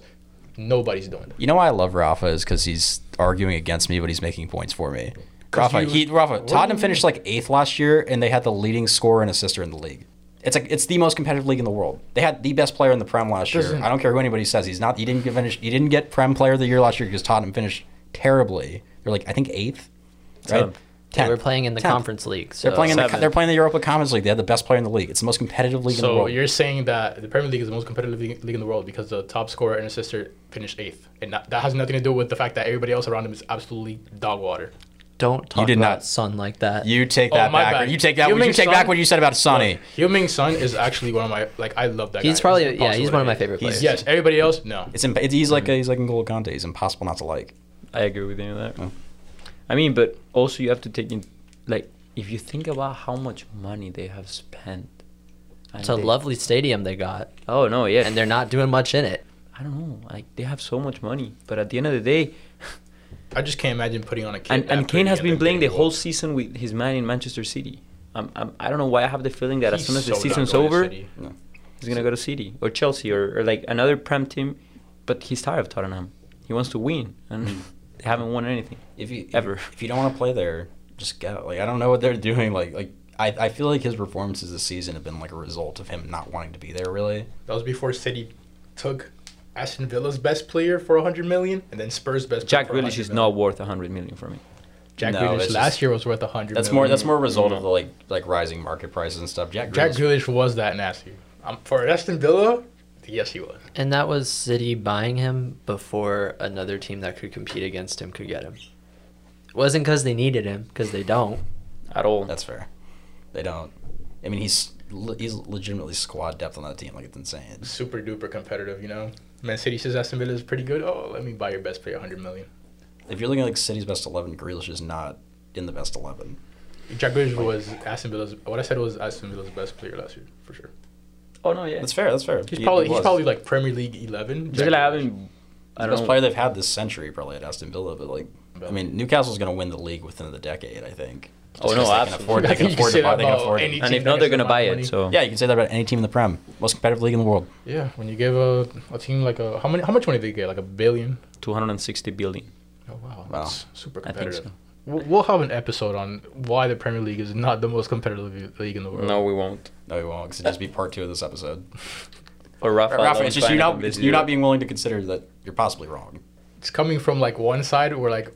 Speaker 2: Nobody's doing it.
Speaker 1: You know why I love Rafa is because he's arguing against me, but he's making points for me.
Speaker 2: 'Cause
Speaker 1: Rafa,
Speaker 2: you-
Speaker 1: he, Rafa,
Speaker 2: do
Speaker 1: Tottenham
Speaker 2: you
Speaker 1: finished like eighth last year, and they had the leading scorer and assister in the league. It's like it's the most competitive league in the world. They had the best player in the Prem last year.
Speaker 2: Doesn't-
Speaker 1: I don't care who anybody says he's not. He didn't get finish. He didn't get Prem Player of the Year last year because Tottenham finished terribly. They're like I think eighth, right?
Speaker 4: Tenth.
Speaker 3: They were
Speaker 1: Tenth.
Speaker 3: playing in the
Speaker 1: Tenth.
Speaker 3: Conference League. So
Speaker 1: They're playing in the,
Speaker 4: Seventh.
Speaker 1: they're playing the Europa Conference League. They had the best player in the league. It's the most competitive league in the
Speaker 2: So
Speaker 1: world.
Speaker 2: you're saying that the Premier League is the most competitive league league in the world because the top scorer and assister finished eighth, and that, that has nothing to do with the fact that everybody else around him is absolutely dog water.
Speaker 3: Don't talk
Speaker 1: did
Speaker 3: about
Speaker 1: not-
Speaker 3: Son like that.
Speaker 1: You take
Speaker 2: Oh,
Speaker 1: that
Speaker 2: my
Speaker 1: back.
Speaker 2: bad.
Speaker 1: You take that. You
Speaker 2: Heung-min
Speaker 1: take back
Speaker 2: Son-
Speaker 1: what you said about Sonny.
Speaker 2: Heung-Min Son is actually one of my like I love that.
Speaker 3: he's
Speaker 2: guy.
Speaker 3: probably,
Speaker 2: It's
Speaker 3: yeah, he's
Speaker 2: impossible
Speaker 3: one of
Speaker 2: to
Speaker 3: my
Speaker 2: hate.
Speaker 3: favorite
Speaker 1: He's-
Speaker 3: players.
Speaker 2: Yes, everybody else no.
Speaker 1: It's, imp- it's he's like he's like N'Golo Kante. He's impossible not to like.
Speaker 4: I agree with you on that.
Speaker 1: Oh.
Speaker 4: I mean, but also you have to take in, like, if you think about how much money they have spent. and
Speaker 3: It's a
Speaker 4: they-
Speaker 3: lovely stadium they got,
Speaker 4: Oh no, yeah,
Speaker 3: and they're not doing much in it.
Speaker 4: I don't know. Like they have so much money, but at the end of the day,
Speaker 2: I just can't imagine putting on a kid.
Speaker 4: And, and
Speaker 2: after
Speaker 4: Kane
Speaker 2: any
Speaker 4: has
Speaker 2: other
Speaker 4: been playing the
Speaker 2: big
Speaker 4: whole
Speaker 2: role.
Speaker 4: season with his man in Manchester City. I'm, I'm, I don't know why I have the feeling that as
Speaker 2: He's
Speaker 4: soon as the
Speaker 2: so not
Speaker 4: season's
Speaker 2: going to
Speaker 4: over,
Speaker 2: City.
Speaker 4: he's gonna go to City or Chelsea or, or like another prem team. But he's tired of Tottenham. He wants to win, and
Speaker 2: Hmm.
Speaker 4: they haven't won anything.
Speaker 1: If you if-
Speaker 4: Ever.
Speaker 1: if you don't want to play there, just go. Like I don't know what they're doing. Like like I, I feel like his performances this season have been like a result of him not wanting to be there. Really,
Speaker 2: That was before City took Aston Villa's best player for 100 million, and then Spurs' best.
Speaker 4: Jack
Speaker 2: player for
Speaker 4: Grealish is
Speaker 2: 100
Speaker 4: not worth 100 million for me.
Speaker 2: Jack
Speaker 1: No,
Speaker 2: Grealish
Speaker 1: that's
Speaker 2: last
Speaker 1: just-
Speaker 2: year was worth 100.
Speaker 1: that's more
Speaker 2: million.
Speaker 1: that's more a result of the like like rising market prices and stuff. Jack
Speaker 2: Jack
Speaker 1: Grealish,
Speaker 2: Grealish was that nasty. Um, for Aston Villa, yes, he was.
Speaker 3: And that was City buying him before another team that could compete against him could get him. It wasn't because they needed him, because they don't.
Speaker 4: At all.
Speaker 1: that's fair. They don't. I mean, he's le- he's legitimately squad depth on that team. Like it's insane.
Speaker 2: Super duper competitive, you know. Man City says Aston Villa is pretty good. Oh, let me buy your best player 100 million.
Speaker 1: If you're looking at like City's best eleven, Grealish is not in the best eleven.
Speaker 2: Jack Grealish was Aston Villa's. What I said was Aston Villa's best player last year for sure.
Speaker 4: Oh no, yeah.
Speaker 1: That's fair. That's fair.
Speaker 2: He's
Speaker 1: He-
Speaker 2: probably
Speaker 1: he
Speaker 2: he's
Speaker 1: was.
Speaker 2: probably like Premier League 11.
Speaker 4: Just
Speaker 2: Jack
Speaker 4: like I
Speaker 2: Grealish.
Speaker 4: haven't. I
Speaker 1: the
Speaker 4: don't
Speaker 1: best
Speaker 4: know.
Speaker 1: player they've had this century, probably at Aston Villa. But like, I mean, Newcastle's going to win the league within the decade, I think.
Speaker 4: Oh,
Speaker 1: Just
Speaker 4: no,
Speaker 1: 'cause they
Speaker 4: absolutely.
Speaker 1: can afford. They
Speaker 2: I think
Speaker 1: can
Speaker 2: you
Speaker 1: afford
Speaker 2: say
Speaker 1: to buy.
Speaker 2: that
Speaker 1: They can
Speaker 2: about
Speaker 1: afford.
Speaker 2: any
Speaker 1: it.
Speaker 4: And
Speaker 2: team
Speaker 4: if
Speaker 2: that
Speaker 4: not,
Speaker 2: gets a
Speaker 4: they're gonna
Speaker 2: lot
Speaker 4: buy
Speaker 2: of
Speaker 4: it.
Speaker 2: money.
Speaker 4: So
Speaker 1: Yeah, you can say that about any team in the Prem, most competitive league in the world.
Speaker 2: Yeah, when you give a, a team like a how many how much money did they get like a billion?
Speaker 4: 260 billion.
Speaker 2: Oh wow,
Speaker 1: Wow.
Speaker 2: that's super
Speaker 4: I think
Speaker 2: competitive.
Speaker 4: so.
Speaker 2: We'll we'll have an episode on why the Premier League is not the most competitive league in the world.
Speaker 4: No, we won't.
Speaker 1: No, you won't. 'cause it'd just be part two of this episode.
Speaker 4: Or Rafa.
Speaker 1: Rafa, it's just you
Speaker 4: Alonso
Speaker 1: not,
Speaker 4: and
Speaker 1: it's
Speaker 4: Messi.
Speaker 1: you not being willing to consider that you're possibly wrong.
Speaker 2: It's coming from like one side where like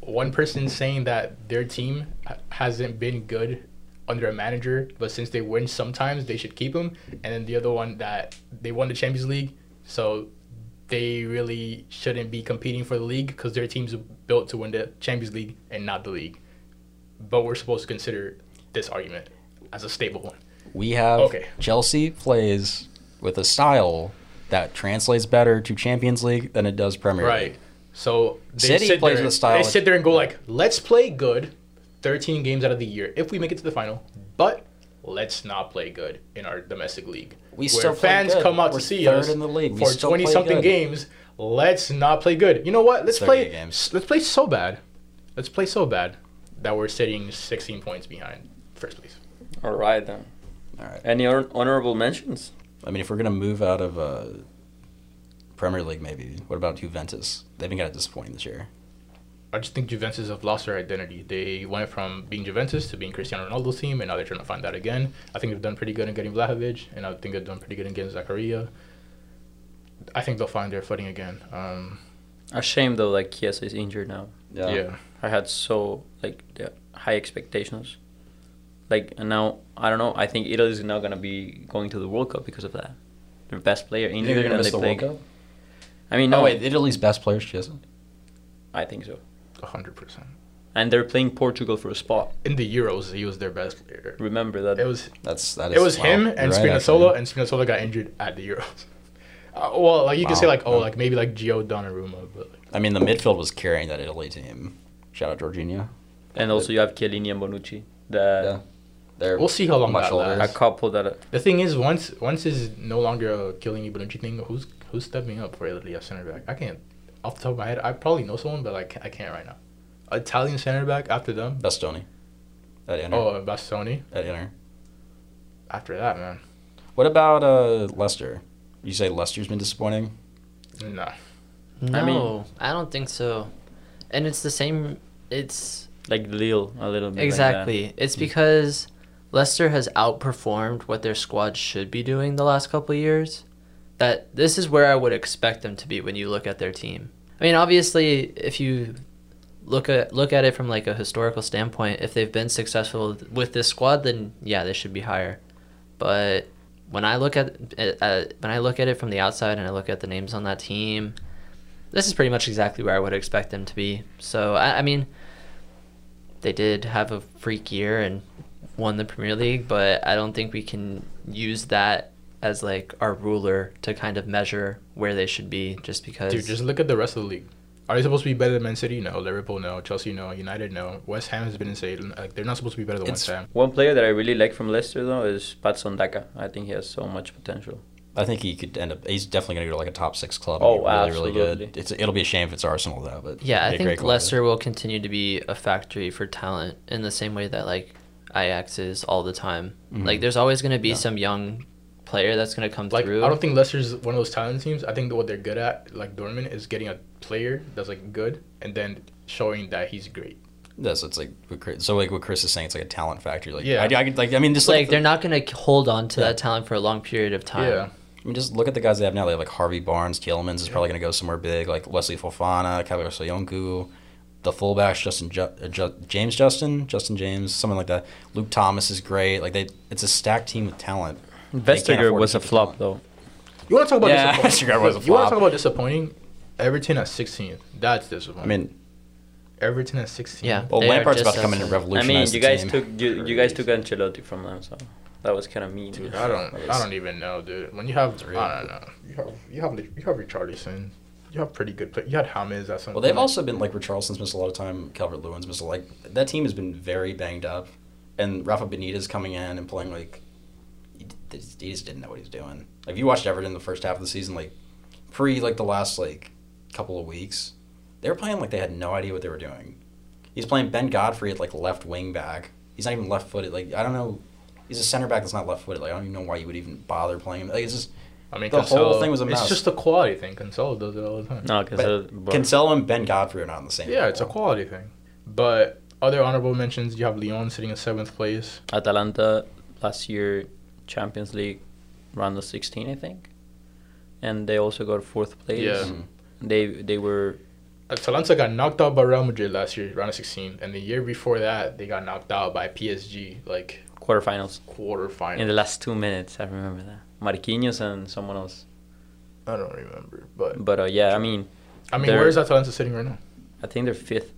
Speaker 2: one person saying that their team ha- hasn't been good under a manager, but since they win sometimes, they should keep him, and then the other one that they won the Champions League, so they really shouldn't be competing for the league because their team's built to win the Champions League and not the league. But we're supposed to consider this argument as a stable one.
Speaker 1: We have
Speaker 2: Okay.
Speaker 1: Chelsea plays with a style that translates better to Champions League than it does Premier League.
Speaker 2: Right. So they
Speaker 1: City
Speaker 2: sit
Speaker 1: plays
Speaker 2: there,
Speaker 1: with style.
Speaker 2: They sit there and go like, "Let's play good, 13 games out of the year if we make it to the final, but let's not play good in our domestic league."
Speaker 1: We still play
Speaker 2: fans
Speaker 1: good.
Speaker 2: come out
Speaker 1: We're
Speaker 2: to see
Speaker 1: third
Speaker 2: us
Speaker 1: in the league. We
Speaker 2: for
Speaker 1: still
Speaker 2: 20
Speaker 1: play
Speaker 2: something
Speaker 1: good.
Speaker 2: games. Let's not play good. You know what? Let's
Speaker 1: 30
Speaker 2: play.
Speaker 1: games.
Speaker 2: Let's play so bad. Let's play so bad that we're sitting 16 points behind first place.
Speaker 4: All right then.
Speaker 1: All right.
Speaker 4: Any hon- honorable mentions?
Speaker 1: I mean, if we're gonna move out of uh, Premier League, maybe what about Juventus? They've been kind of disappointing this year.
Speaker 2: I just think Juventus have lost their identity. They went from being Juventus to being Cristiano Ronaldo's team, and now they're trying to find that again. I think they've done pretty good in getting Vlahovic, and I think they've done pretty good in getting Zakaria. I think they'll find their footing again. Um,
Speaker 4: A shame though, like Chiesa is injured now.
Speaker 2: yeah.
Speaker 4: I had so like the high expectations. Like and now I don't know. I think Italy's not gonna be going to the World Cup because of that. Their best player
Speaker 1: You
Speaker 4: injured.
Speaker 1: think they're gonna
Speaker 4: and
Speaker 1: miss the
Speaker 4: they
Speaker 1: World
Speaker 4: play-
Speaker 1: Cup?
Speaker 4: I mean, no.
Speaker 1: No,
Speaker 2: Oh.
Speaker 1: wait, Italy's best players, Chiesa.
Speaker 4: I think so.
Speaker 2: 100%.
Speaker 4: And they're playing Portugal for a spot.
Speaker 2: In the Euros, he was their best player.
Speaker 4: Remember that.
Speaker 2: It was
Speaker 1: That's that is.
Speaker 2: it was
Speaker 1: wow,
Speaker 2: him
Speaker 1: you're
Speaker 2: and
Speaker 1: right,
Speaker 2: Spinazzola,
Speaker 1: actually.
Speaker 2: and Spinazzola got injured at the Euros. Uh, well, like you could say
Speaker 1: Wow.
Speaker 2: like oh like maybe like Gio Donnarumma, but like,
Speaker 1: I mean, the midfield was carrying that Italy team. Shout out Jorginho.
Speaker 4: and also you have Chiellini and Bonucci. The
Speaker 1: They're
Speaker 2: we'll see how long
Speaker 1: much
Speaker 2: that
Speaker 1: older.
Speaker 2: lasts.
Speaker 4: a couple that
Speaker 2: The thing is, once once is no longer a Chiellini Bonucci thing, who's who's stepping up for Italy at center back? I can't, off the top of my head, I probably know someone, but like I can't right now. Italian center back after them.
Speaker 1: Bastoni. At Inter.
Speaker 2: Oh, Bastoni.
Speaker 1: At Inter.
Speaker 2: After that, man,
Speaker 1: What about uh, Leicester? You say Leicester's been disappointing.
Speaker 2: nah.
Speaker 3: No,
Speaker 4: I
Speaker 3: I,
Speaker 4: mean-
Speaker 3: don't think so. And it's the same. It's
Speaker 4: like Lille a little bit. like that.
Speaker 3: exactly. it's because Leicester has outperformed what their squad should be doing the last couple of years. That this is where I would expect them to be when you look at their team. I mean, obviously, if you look at look at it from like a historical standpoint, if they've been successful with this squad, then yeah, they should be higher. But when I look at, at, at when I look at it from the outside and I look at the names on that team, this is pretty much exactly where I would expect them to be. So I, I mean, they did have a freak year and won the Premier League, but I don't think we can use that as like our ruler to kind of measure where they should be just because
Speaker 2: Dude, just look at the rest of the league. Are they supposed to be better than Man City? No. Liverpool? No. Chelsea? No. United? No. West Ham has been insane. Like they're not supposed to be better than
Speaker 1: It's-
Speaker 2: West Ham.
Speaker 4: One player that I really like from Leicester though is Patson Daka. I think he has so much potential.
Speaker 1: I think he could end up. He's definitely going to go to like a top six club.
Speaker 4: Oh,
Speaker 1: and be really, really
Speaker 4: absolutely.
Speaker 1: good. It's it'll be a shame if it's Arsenal though. But
Speaker 3: Yeah,
Speaker 1: it'd
Speaker 3: I
Speaker 1: be a great
Speaker 3: think
Speaker 1: club.
Speaker 3: Leicester will continue to be a factory for talent in the same way that like Ajax is all the time.
Speaker 1: Mm-hmm.
Speaker 3: Like there's always going to be some young player that's going to come
Speaker 2: Like
Speaker 3: through.
Speaker 2: I don't think Leicester's one of those talent teams. I think that what they're good at, like Dortmund, is getting a player that's like good and then showing that he's great.
Speaker 1: That's it's like what Chris, so like what Chris is saying. It's like a talent factory. Like yeah,
Speaker 2: Yeah.
Speaker 1: I, I could like I mean just
Speaker 3: like
Speaker 1: like
Speaker 3: they're not going to hold on to that talent for a long period of time.
Speaker 2: Yeah.
Speaker 1: I mean, just look at the guys they have now. They have like Harvey Barnes, Tielemans is probably going to go somewhere big. Like Wesley Fofana, Kevin Soyuncu, the fullbacks Justin Ju- uh, Ju- James Justin, Justin James, someone like that. Luke Thomas is great. Like they, it's a stacked team with talent.
Speaker 4: Vestager
Speaker 1: afford
Speaker 4: was
Speaker 1: to
Speaker 4: a
Speaker 1: keep
Speaker 4: flop, though.
Speaker 2: You want to talk about
Speaker 1: Yeah,
Speaker 2: disappointing?
Speaker 1: Stuttgart was a
Speaker 2: You want
Speaker 1: flop.
Speaker 2: to talk about disappointing? Everton at 16th. That's disappointing.
Speaker 1: I mean,
Speaker 2: Everton at 16.
Speaker 3: Yeah.
Speaker 1: well,
Speaker 3: They are
Speaker 1: Lampard's about
Speaker 3: just
Speaker 1: to come in and
Speaker 3: as- I
Speaker 4: I
Speaker 1: revolutionize.
Speaker 4: mean,
Speaker 1: the
Speaker 4: you guys
Speaker 1: team.
Speaker 4: took you, you guys took Ancelotti from them, so that was kind of mean.
Speaker 2: Dude, I don't, I don't even know, dude. When you have, I don't know. You have, you have, you have Richarlison. You have pretty good play. You had James at some.
Speaker 1: Well, they've
Speaker 2: point.
Speaker 1: also been like Richarlison's missed a lot of time. Calvert Lewin's missed a like that team has been very banged up, and Rafa Benitez coming in and playing like he, d- they just- he just didn't know what he was doing. Like if you watched Everton the first half of the season, like pre like the last like couple of weeks, they were playing like they had no idea what they were doing. He's playing Ben Godfrey at like left wing back. He's not even left footed. Like I don't know. He's a center back that's not left footed. Like I don't even know why you would even bother playing him. Like it's just
Speaker 2: I mean,
Speaker 1: the whole
Speaker 2: Cancelo-
Speaker 1: thing was a mess.
Speaker 2: It's just a quality thing. Cancelo does it all the time.
Speaker 4: No, because
Speaker 1: but Cancelo and Ben Godfrey are not on the same.
Speaker 2: Yeah, it's a quality thing. But other honorable mentions, you have Leon sitting in seventh place.
Speaker 4: Atalanta last year Champions League round of 16, I think, and they also got fourth place.
Speaker 2: Yeah.
Speaker 1: Mhm.
Speaker 4: They they were
Speaker 2: Atalanta got knocked out by Real Madrid last year, round of 16, and the year before that, they got knocked out by PSG, like
Speaker 4: quarterfinals
Speaker 2: quarterfinal.
Speaker 4: in the last two minutes. I remember that Marquinhos and someone else.
Speaker 2: I don't remember, but
Speaker 4: But uh, yeah, I mean,
Speaker 2: I mean,
Speaker 4: They're-
Speaker 2: where is Atalanta sitting right now?
Speaker 4: I think they're fifth.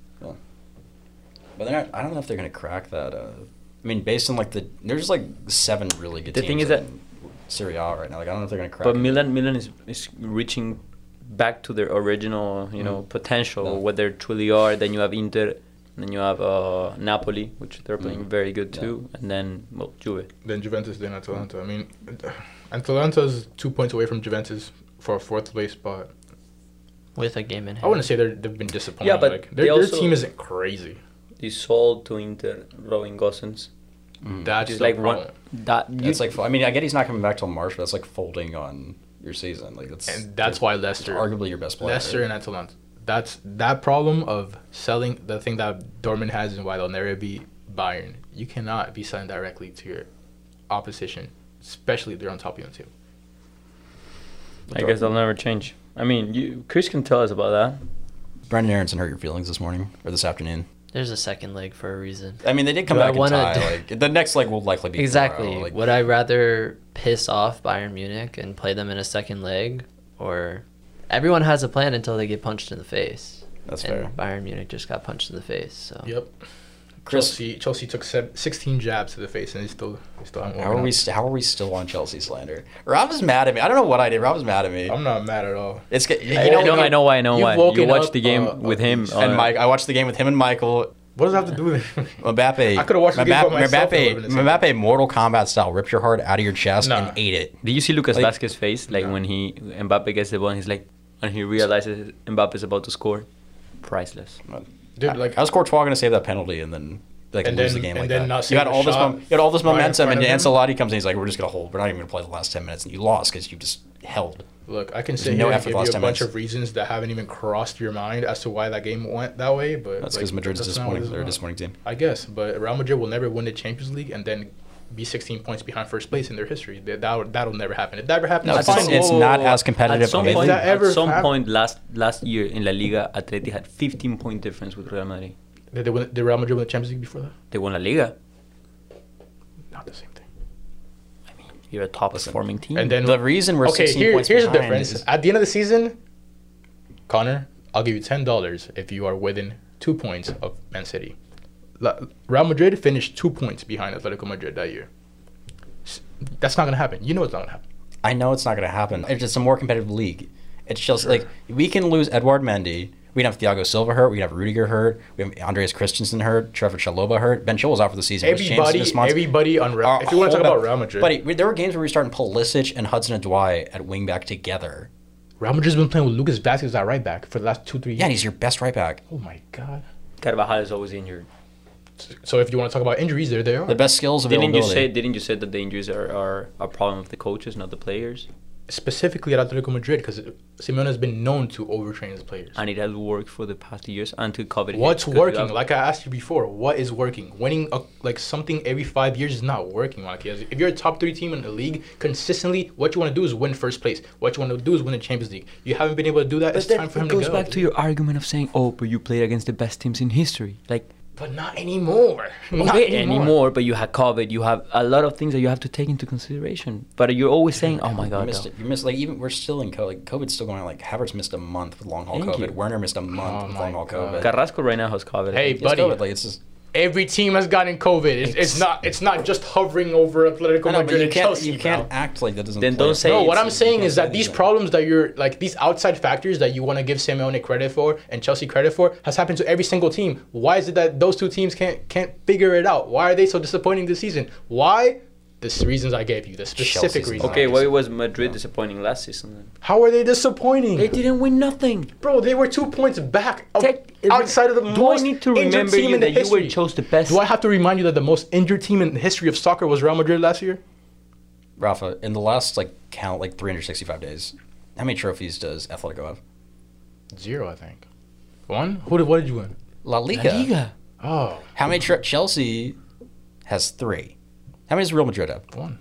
Speaker 1: But they're not, I don't know if they're going to crack that. Uh, I mean, based on like the there's like seven really good.
Speaker 4: The
Speaker 1: teams
Speaker 4: thing is that-
Speaker 1: in Serie A right now, like I don't know if they're going to crack.
Speaker 4: But
Speaker 1: it.
Speaker 4: Milan Milan is is reaching back to their original you know potential
Speaker 1: No.
Speaker 4: what they truly are. Then you have Inter. Then you have uh, Napoli, which they're playing
Speaker 1: Mm.
Speaker 4: very good
Speaker 1: Yeah.
Speaker 4: too, and then well, Juve.
Speaker 2: Then Juventus, then Atalanta. I mean, Atalanta's two points away from Juventus for a fourth place spot.
Speaker 3: With a game in hand.
Speaker 2: I wouldn't say they're, they've been disappointed.
Speaker 4: Yeah, but
Speaker 2: like, their,
Speaker 4: they
Speaker 2: their
Speaker 4: also-
Speaker 2: team isn't crazy.
Speaker 4: They sold to Inter, Robin Gosens.
Speaker 2: That's
Speaker 4: It's
Speaker 2: the
Speaker 4: like
Speaker 2: problem.
Speaker 4: one that you,
Speaker 1: it's like I mean, I get he's not coming back till March, but that's like folding on your season. Like that's
Speaker 2: And that's why
Speaker 1: it's
Speaker 2: Leicester.
Speaker 1: arguably your best player.
Speaker 2: Leicester and Atalanta. That's that problem of selling the thing that Dortmund has and why they'll never be Bayern. You cannot be selling directly to your opposition, especially if they're on top of you on the table.
Speaker 4: I guess they'll never change. I mean, you Chris can tell us about that.
Speaker 1: Brendan Aronson hurt your feelings this morning or this afternoon.
Speaker 3: There's a second leg for a reason.
Speaker 1: I mean, they did come
Speaker 3: Do I
Speaker 1: back and
Speaker 3: wanna-
Speaker 1: tie. Like the next leg will likely be
Speaker 3: Exactly.
Speaker 1: Tomorrow. Like,
Speaker 3: Would I rather piss off Bayern Munich and play them in a second leg, or everyone has a plan until they get punched in the face?
Speaker 1: That's fair.
Speaker 3: and Bayern Munich just got punched in the face. So
Speaker 2: Yep.
Speaker 1: Chris-
Speaker 2: Chelsea Chelsea took se- 16 jabs to the face and they still they still haven't
Speaker 1: How
Speaker 2: woken
Speaker 1: are we?
Speaker 2: up.
Speaker 1: St- how are we still on Chelsea slander? Rob is mad at me. I don't know what I did. Rob is mad at me.
Speaker 2: I'm not mad at all.
Speaker 1: It's get- you
Speaker 4: I
Speaker 1: know,
Speaker 4: know, I know why, I know
Speaker 2: you've
Speaker 4: why. You
Speaker 2: woken
Speaker 4: watched
Speaker 2: up,
Speaker 4: the game
Speaker 2: uh,
Speaker 4: with
Speaker 2: uh,
Speaker 4: him
Speaker 1: and
Speaker 4: uh,
Speaker 1: Mike. I watched the game with him and Michael.
Speaker 2: What does that have to do with it?
Speaker 1: Mbappe.
Speaker 2: I coulda watched the game by myself and
Speaker 1: Mbappe,
Speaker 2: would've been the
Speaker 1: Mbappe, Mortal Kombat style, ripped your heart out of your chest
Speaker 2: Nah.
Speaker 1: and ate it.
Speaker 4: Did you see Lucas
Speaker 1: Like-
Speaker 4: Vasquez's face, like when he Mbappe gets the ball, and he's like, and he realizes Mbappe's about to score, priceless.
Speaker 2: Dude, like
Speaker 1: How's Courtois going to save that penalty and then like
Speaker 2: And
Speaker 1: lose
Speaker 2: then-
Speaker 1: the game
Speaker 2: and
Speaker 1: like
Speaker 2: then
Speaker 1: that?
Speaker 2: not
Speaker 1: you had
Speaker 2: save a
Speaker 1: all this,
Speaker 2: shot
Speaker 1: mom- you had all this
Speaker 2: right in
Speaker 1: momentum,
Speaker 2: front
Speaker 1: and
Speaker 2: of him?
Speaker 1: Ancelotti comes in. He's like, "We're just going to hold. We're not even going to play the last ten minutes." And you lost because you just held.
Speaker 2: Look, I can sit
Speaker 1: no
Speaker 2: here and
Speaker 1: effort
Speaker 2: give
Speaker 1: last
Speaker 2: you a
Speaker 1: 10
Speaker 2: bunch
Speaker 1: minutes.
Speaker 2: of reasons that haven't even crossed your mind as to why that game went that way, but
Speaker 1: That's
Speaker 2: like,
Speaker 1: because Madrid's
Speaker 2: that's not what
Speaker 1: disappointing.
Speaker 2: it's
Speaker 1: They're a
Speaker 2: about.
Speaker 1: disappointing team.
Speaker 2: I guess, but Real Madrid will never win the Champions League and then be 16 points behind first place in their history. That that'll, that'll never happen. If that ever happens,
Speaker 1: No,
Speaker 2: it's
Speaker 1: it's, it's,
Speaker 2: fine.
Speaker 1: it's
Speaker 4: Whoa,
Speaker 1: not
Speaker 4: whoa, whoa.
Speaker 1: as competitive.
Speaker 4: At
Speaker 1: of
Speaker 4: some
Speaker 1: a-
Speaker 4: point,
Speaker 2: If that ever
Speaker 4: at some
Speaker 2: happened-
Speaker 4: point last last year in La Liga, Atleti had 15 point difference with Real Madrid.
Speaker 2: Did, they win, did Real Madrid win the Champions League before that?
Speaker 4: They won La Liga.
Speaker 2: Not the same thing.
Speaker 4: You're a top performing team.
Speaker 2: And then
Speaker 1: the reason we're
Speaker 2: okay,
Speaker 1: sixteen
Speaker 2: here,
Speaker 1: points
Speaker 2: here's the
Speaker 1: behind
Speaker 2: difference.
Speaker 1: is-
Speaker 2: At the end of the season, Connor, I'll give you ten dollars if you are within two points of Man City. La- Real Madrid finished two points behind Atletico Madrid that year. S- That's not gonna happen. You know it's not gonna happen.
Speaker 1: I know it's not going to happen. It's just a more competitive league. It's just like we can lose Edouard Mendy. We didn't have Thiago Silva hurt. We didn't have Rudiger hurt. We have Andreas Christensen hurt. Trevor Chaloba hurt. Ben Chilwell's out for the season. Rich James
Speaker 2: Everybody,
Speaker 1: Smith-Monts-
Speaker 2: everybody on Real.
Speaker 1: our
Speaker 2: If you want to
Speaker 1: whole
Speaker 2: talk about
Speaker 1: back-
Speaker 2: Real Madrid,
Speaker 1: buddy, we- there were games where we were starting Paul Lissich and Hudson Odoi at wing back together.
Speaker 2: Real Madrid's been playing with Lucas Vasquez at right back for the last two, three years.
Speaker 1: Yeah, and he's your best right back.
Speaker 2: oh my god.
Speaker 4: Carvajal is always injured.
Speaker 2: So if you want to talk about injuries, there they are.
Speaker 1: The best skills
Speaker 4: Didn't you
Speaker 1: availability.
Speaker 4: say? Didn't you say that the injuries are, are a problem of the coaches, not the players?
Speaker 2: Specifically at Atletico Madrid, because Simeone has been known to overtrain his players.
Speaker 4: And it has worked for the past years until COVID. hit.
Speaker 2: What's
Speaker 4: Good
Speaker 2: working?
Speaker 4: luck.
Speaker 2: Like I asked you before, what is working? Winning a, like something every five years is not working, Malachi. If you're a top three team in the league consistently, what you want to do is win first place. What you want to do is win the Champions League. You haven't been able to do that. it's
Speaker 4: But
Speaker 2: time
Speaker 4: that
Speaker 2: for him
Speaker 4: it goes
Speaker 2: to go.
Speaker 4: back to your argument of saying, "Oh, but you played against the best teams in history." Like,
Speaker 2: but not anymore. Not
Speaker 4: okay, anymore. but you had COVID. You have a lot of things that you have to take into consideration. But you're always saying, "Oh my
Speaker 1: You
Speaker 4: God!"
Speaker 1: missed
Speaker 4: no.
Speaker 1: it. You missed like even we're still in COVID. Like, COVID's still going on. Like Havertz missed a month with long haul
Speaker 4: Thank
Speaker 1: COVID.
Speaker 4: you.
Speaker 1: Werner missed a month
Speaker 2: Oh
Speaker 1: with
Speaker 2: my
Speaker 1: long haul
Speaker 2: God.
Speaker 1: COVID.
Speaker 4: Carrasco right now has COVID. I
Speaker 2: Hey,
Speaker 1: It's
Speaker 4: think.
Speaker 2: buddy.
Speaker 1: COVID. Like it's just.
Speaker 2: Every team has gotten COVID. It's, it's not. It's not just hovering over Atletico
Speaker 1: I know, but
Speaker 2: Madrid
Speaker 1: you
Speaker 2: and
Speaker 1: can't.
Speaker 2: Chelsea.
Speaker 1: You can't
Speaker 2: bro.
Speaker 1: act like that doesn't.
Speaker 4: Then
Speaker 1: play
Speaker 4: don't
Speaker 1: a
Speaker 4: say
Speaker 1: part.
Speaker 2: No, what
Speaker 4: it's-
Speaker 2: I'm saying is that
Speaker 1: do
Speaker 2: these
Speaker 1: that.
Speaker 2: problems that you're like these outside factors that you want to give Simeone credit for and Chelsea credit for has happened to every single team. Why is it that those two teams can't can't figure it out? Why are they so disappointing this season? Why? The s- reasons I gave you, the specific
Speaker 1: Chelsea's
Speaker 2: reasons.
Speaker 1: not-
Speaker 4: Okay, why was Madrid disappointing last season? Then?
Speaker 2: How are they disappointing?
Speaker 4: They didn't win nothing.
Speaker 2: Bro, they were two points back of-
Speaker 4: Tech-
Speaker 2: outside of the
Speaker 4: Do I
Speaker 2: most
Speaker 4: need to
Speaker 2: injured
Speaker 4: remember
Speaker 2: team
Speaker 4: you
Speaker 2: in the
Speaker 4: that you were
Speaker 2: history.
Speaker 4: chose the best?
Speaker 2: Do I have to remind you that the most injured team in the history of soccer was Real Madrid last year?
Speaker 1: Rafa, in the last like count, like 365 days, how many trophies does Atletico have?
Speaker 2: Zero, I think. One? Who did, what did you win?
Speaker 1: La Liga.
Speaker 2: Oh,
Speaker 1: How many? Tri- Chelsea has three. How many does Real Madrid have?
Speaker 2: one.